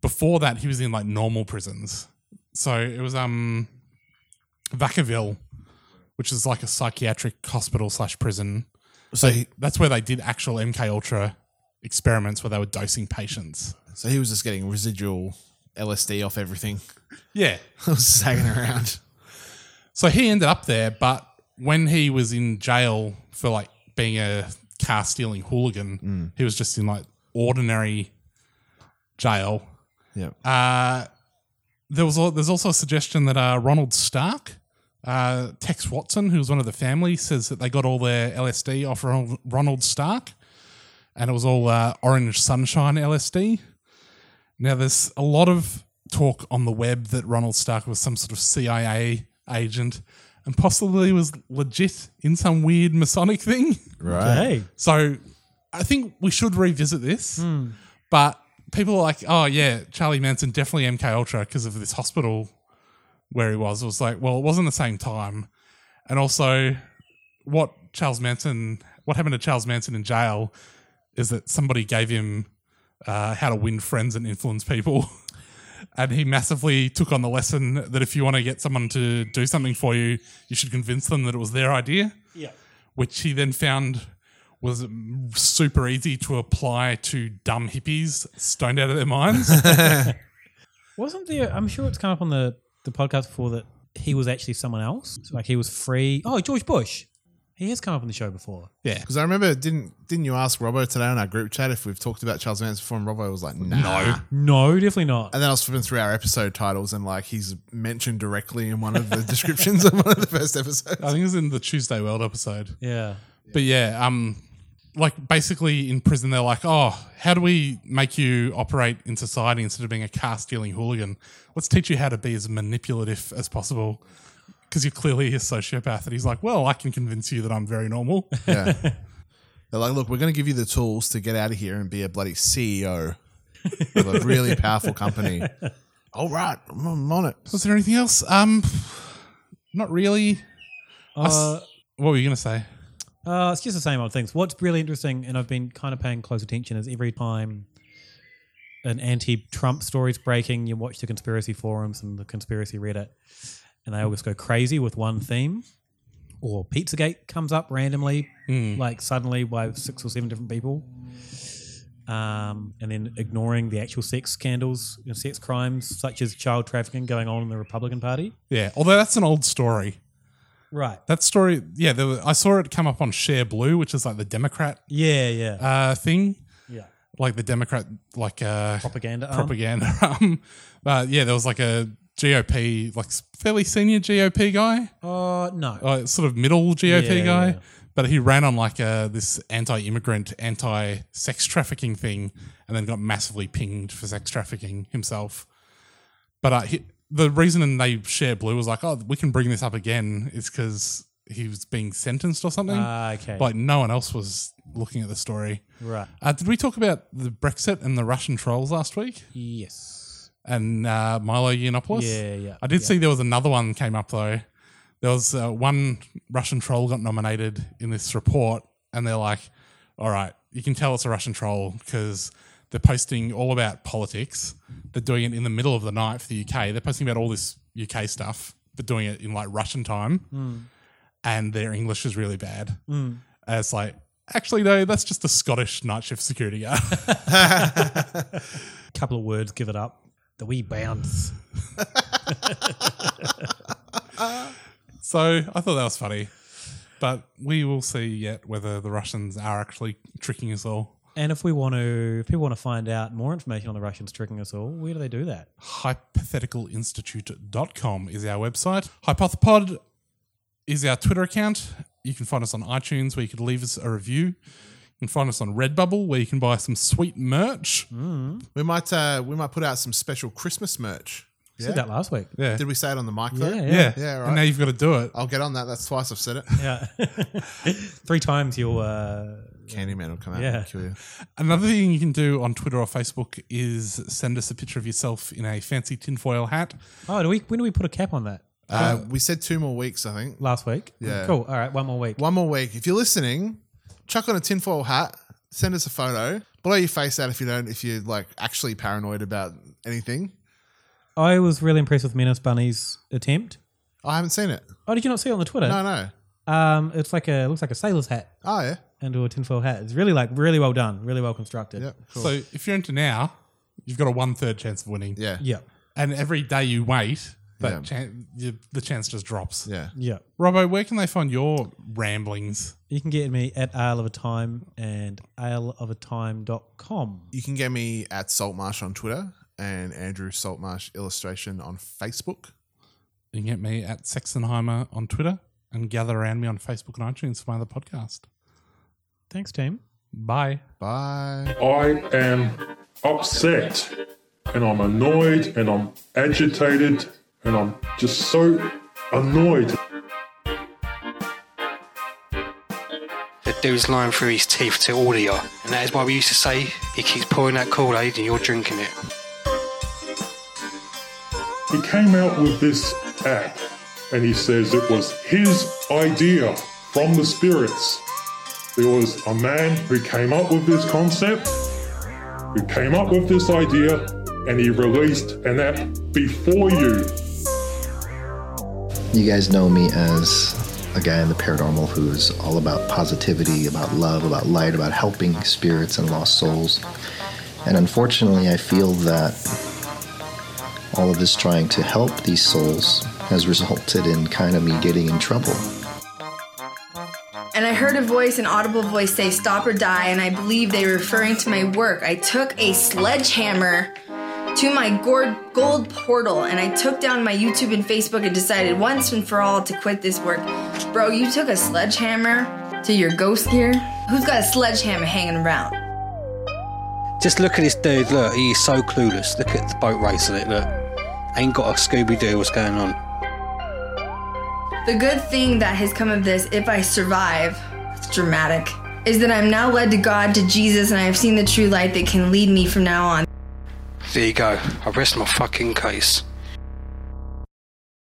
Speaker 3: Before that, he was in like normal prisons. So it was um, Vacaville, which is like a psychiatric hospital slash prison.
Speaker 5: So
Speaker 3: So
Speaker 5: he-
Speaker 3: that's where they did actual MK Ultra experiments where they were dosing patients.
Speaker 5: So he was just getting residual LSD off everything.
Speaker 3: Yeah.
Speaker 5: it was just hanging around.
Speaker 3: So he ended up there, but when he was in jail for like being a car stealing hooligan, he was just in like ordinary jail.
Speaker 5: Yeah.
Speaker 4: Ah,
Speaker 3: Uh, there was al- there's also a suggestion that uh, Ronald Stark, uh, Tex Watson, who's one of the family, says that they got all their LSD off Ronald, Ronald Stark, and it was all uh, Orange Sunshine LSD. Now there's a lot of talk on the web that Ronald Stark was some sort of CIA agent, and possibly was legit in some weird Masonic thing.
Speaker 5: Right.
Speaker 4: Okay.
Speaker 3: So I think we should revisit this.
Speaker 4: Hmm.
Speaker 3: But people are like, oh yeah, Charlie Manson definitely MK Ultra because of this hospital where he was. It was like, well, it wasn't the same time, and also what Charles Manson, what happened to Charles Manson in jail, is that somebody gave him uh, how to win friends and influence people. And he massively took on the lesson that if you want to get someone to do something for you, you should convince them that it was their idea
Speaker 4: Yeah.
Speaker 3: which he then found was mm, super easy to apply to dumb hippies stoned out of their minds.
Speaker 4: Wasn't there? I'm sure it's come up on the the podcast before that he was actually someone else. So like he was free. Oh, George Bush. He has come up on the show before.
Speaker 5: Yeah, because I remember didn't didn't you ask Robbo today on our group chat if we've talked about Charles Manson before? And Robbo was like, nah.
Speaker 4: No, definitely not.
Speaker 5: And then I was flipping through our episode titles, and like he's mentioned directly in one of the descriptions of one of the first episodes.
Speaker 3: I think it was in the Tuesday World episode.
Speaker 4: Yeah.
Speaker 3: But yeah, um, like basically in prison, they're like, oh, how do we make you operate in society instead of being a car stealing hooligan? Let's teach you how to be as manipulative as possible because you're clearly a sociopath. And he's like, well, I can convince you that I'm very normal.
Speaker 5: Yeah. They're like, look, we're going to give you the tools to get out of here and be a bloody CEO of a really powerful company. All right, I'm I'm on it.
Speaker 3: Was there anything else? Um, not really. I s-
Speaker 4: Uh,
Speaker 3: what were you going to say?
Speaker 4: Uh, it's just the same old things. What's really interesting, and I've been kind of paying close attention, is every time an anti-Trump story's breaking, you watch the conspiracy forums and the conspiracy Reddit, and they always go crazy with one theme. Or Pizzagate comes up randomly,
Speaker 3: Hmm.
Speaker 4: like suddenly by six or seven different people. Um, and then ignoring the actual sex scandals and sex crimes, such as child trafficking going on in the Republican Party.
Speaker 3: Yeah, although that's an old story.
Speaker 4: Right.
Speaker 3: That story, yeah, there was, I saw it come up on Share Blue, which is like the Democrat
Speaker 4: Yeah, yeah.
Speaker 3: uh, thing.
Speaker 4: Yeah.
Speaker 3: Like the Democrat, like uh,
Speaker 4: Propaganda arm?
Speaker 3: propaganda arm. Uh, yeah, there was like a GOP, like s- fairly senior GOP guy,
Speaker 4: Uh, no.
Speaker 3: uh, sort of middle GOP
Speaker 4: Yeah,
Speaker 3: guy,
Speaker 4: yeah.
Speaker 3: but he ran on like uh, this anti-immigrant, anti-sex trafficking thing, and then got massively pinged for sex trafficking himself. But uh, he, the reason they share blue was like, oh, we can bring this up again, is because he was being sentenced or something.
Speaker 4: Ah, okay.
Speaker 3: Like no one else was looking at the story.
Speaker 4: Right.
Speaker 3: Uh, did we talk about the Brexit and the Russian trolls last week?
Speaker 4: Yes.
Speaker 3: And uh, Milo Yiannopoulos.
Speaker 4: Yeah, yeah,
Speaker 3: I did
Speaker 4: yeah.
Speaker 3: see there was another one came up though. There was uh, one Russian troll got nominated in this report, and they're like, "All right, you can tell it's a Russian troll because they're posting all about politics. They're doing it in the middle of the night for the UK. They're posting about all this UK stuff, but doing it in like Russian time,
Speaker 4: Mm.
Speaker 3: and their English is really bad."
Speaker 4: Mm.
Speaker 3: And it's like, actually, no, that's just a Scottish night shift security guard.
Speaker 4: couple of words, give it up. The wee bounce.
Speaker 3: so I thought that was funny. But we will see yet whether the Russians are actually tricking us all.
Speaker 4: And if we want to, if people want to find out more information on the Russians tricking us all, where do they do that?
Speaker 3: hypotheticalinstitute.com is our website. Hypothepod is our Twitter account. You can find us on iTunes where you could leave us a review. You can find us on Redbubble where you can buy some sweet merch.
Speaker 4: Mm-hmm.
Speaker 5: We might uh, we might put out some special Christmas merch.
Speaker 3: You said that last week. Yeah.
Speaker 5: Did we say it on the mic though?
Speaker 3: Yeah. Yeah.
Speaker 5: yeah
Speaker 3: And
Speaker 5: right.
Speaker 3: now you've gotta do it.
Speaker 5: I'll get on that. That's twice I've said it.
Speaker 4: Yeah. Three times you'll. Uh,
Speaker 5: Candyman will come out
Speaker 4: Yeah.
Speaker 5: and kill you.
Speaker 3: Another thing you can do on Twitter or Facebook is send us a picture of yourself in a fancy tinfoil hat.
Speaker 4: Oh, do we? When do we put a cap on that?
Speaker 5: Uh, we said two more weeks, I think.
Speaker 4: Last week.
Speaker 5: Yeah.
Speaker 4: Cool. All right. One more week.
Speaker 5: One more week. If you're listening, chuck on a tinfoil hat, send us a photo, blow your face out if you don't, if you're like actually paranoid about anything.
Speaker 4: I was really impressed with Menace Bunny's attempt.
Speaker 5: I haven't seen it.
Speaker 4: Oh, did you not see it on the Twitter?
Speaker 5: No, no.
Speaker 4: Um, it's like a it looks like a sailor's hat.
Speaker 5: Oh yeah.
Speaker 4: Into a tinfoil hat. It's really like really well done. Really well constructed.
Speaker 5: Yep.
Speaker 3: So if you're into now, you've got a one third chance of winning.
Speaker 5: Yeah.
Speaker 4: Yep.
Speaker 3: And every day you wait, that
Speaker 4: Yeah.
Speaker 3: chan- you, the chance just drops.
Speaker 5: Yeah.
Speaker 4: Yeah.
Speaker 3: Robbo, where can they find your ramblings?
Speaker 4: You can get me at Isle of a Time and aleofatime.com.
Speaker 5: You can get me at Saltmarsh on Twitter and Andrew Saltmarsh Illustration on Facebook.
Speaker 3: You can get me at Sexenheimer on Twitter and gather around me on Facebook and iTunes for my other podcast.
Speaker 4: Thanks, team.
Speaker 3: Bye.
Speaker 5: Bye.
Speaker 6: I am upset and I'm annoyed and I'm agitated and I'm just so annoyed.
Speaker 7: The dude's lying through his teeth to audio, and that is why we used to say he keeps pouring that Kool Aid and you're drinking it.
Speaker 6: He came out with this app and he says it was his idea from the spirits. There was a man who came up with this concept, who came up with this idea, and he released an app before you.
Speaker 8: You guys know me as a guy in the paranormal who's all about positivity, about love, about light, about helping spirits and lost souls. And unfortunately, I feel that all of this trying to help these souls has resulted in kind of me getting in trouble.
Speaker 3: and I heard a voice, an audible voice, say, Stop or die, and I believe they were referring to my work. I took a sledgehammer to my gourd, gold portal and I took down my YouTube and Facebook and decided once and for all to quit this work. Bro, you took a sledgehammer to your ghost gear? Who's got a sledgehammer hanging around?
Speaker 4: Just look at this dude. Look, he is so clueless. Look at the boat racing it. Look, ain't got a Scooby Doo. What's going on?
Speaker 3: The good thing that has come of this, if I survive, it's dramatic, is that I'm now led to God, to Jesus, and I have seen the true light that can lead me from now on.
Speaker 4: There you go. I rest my fucking case.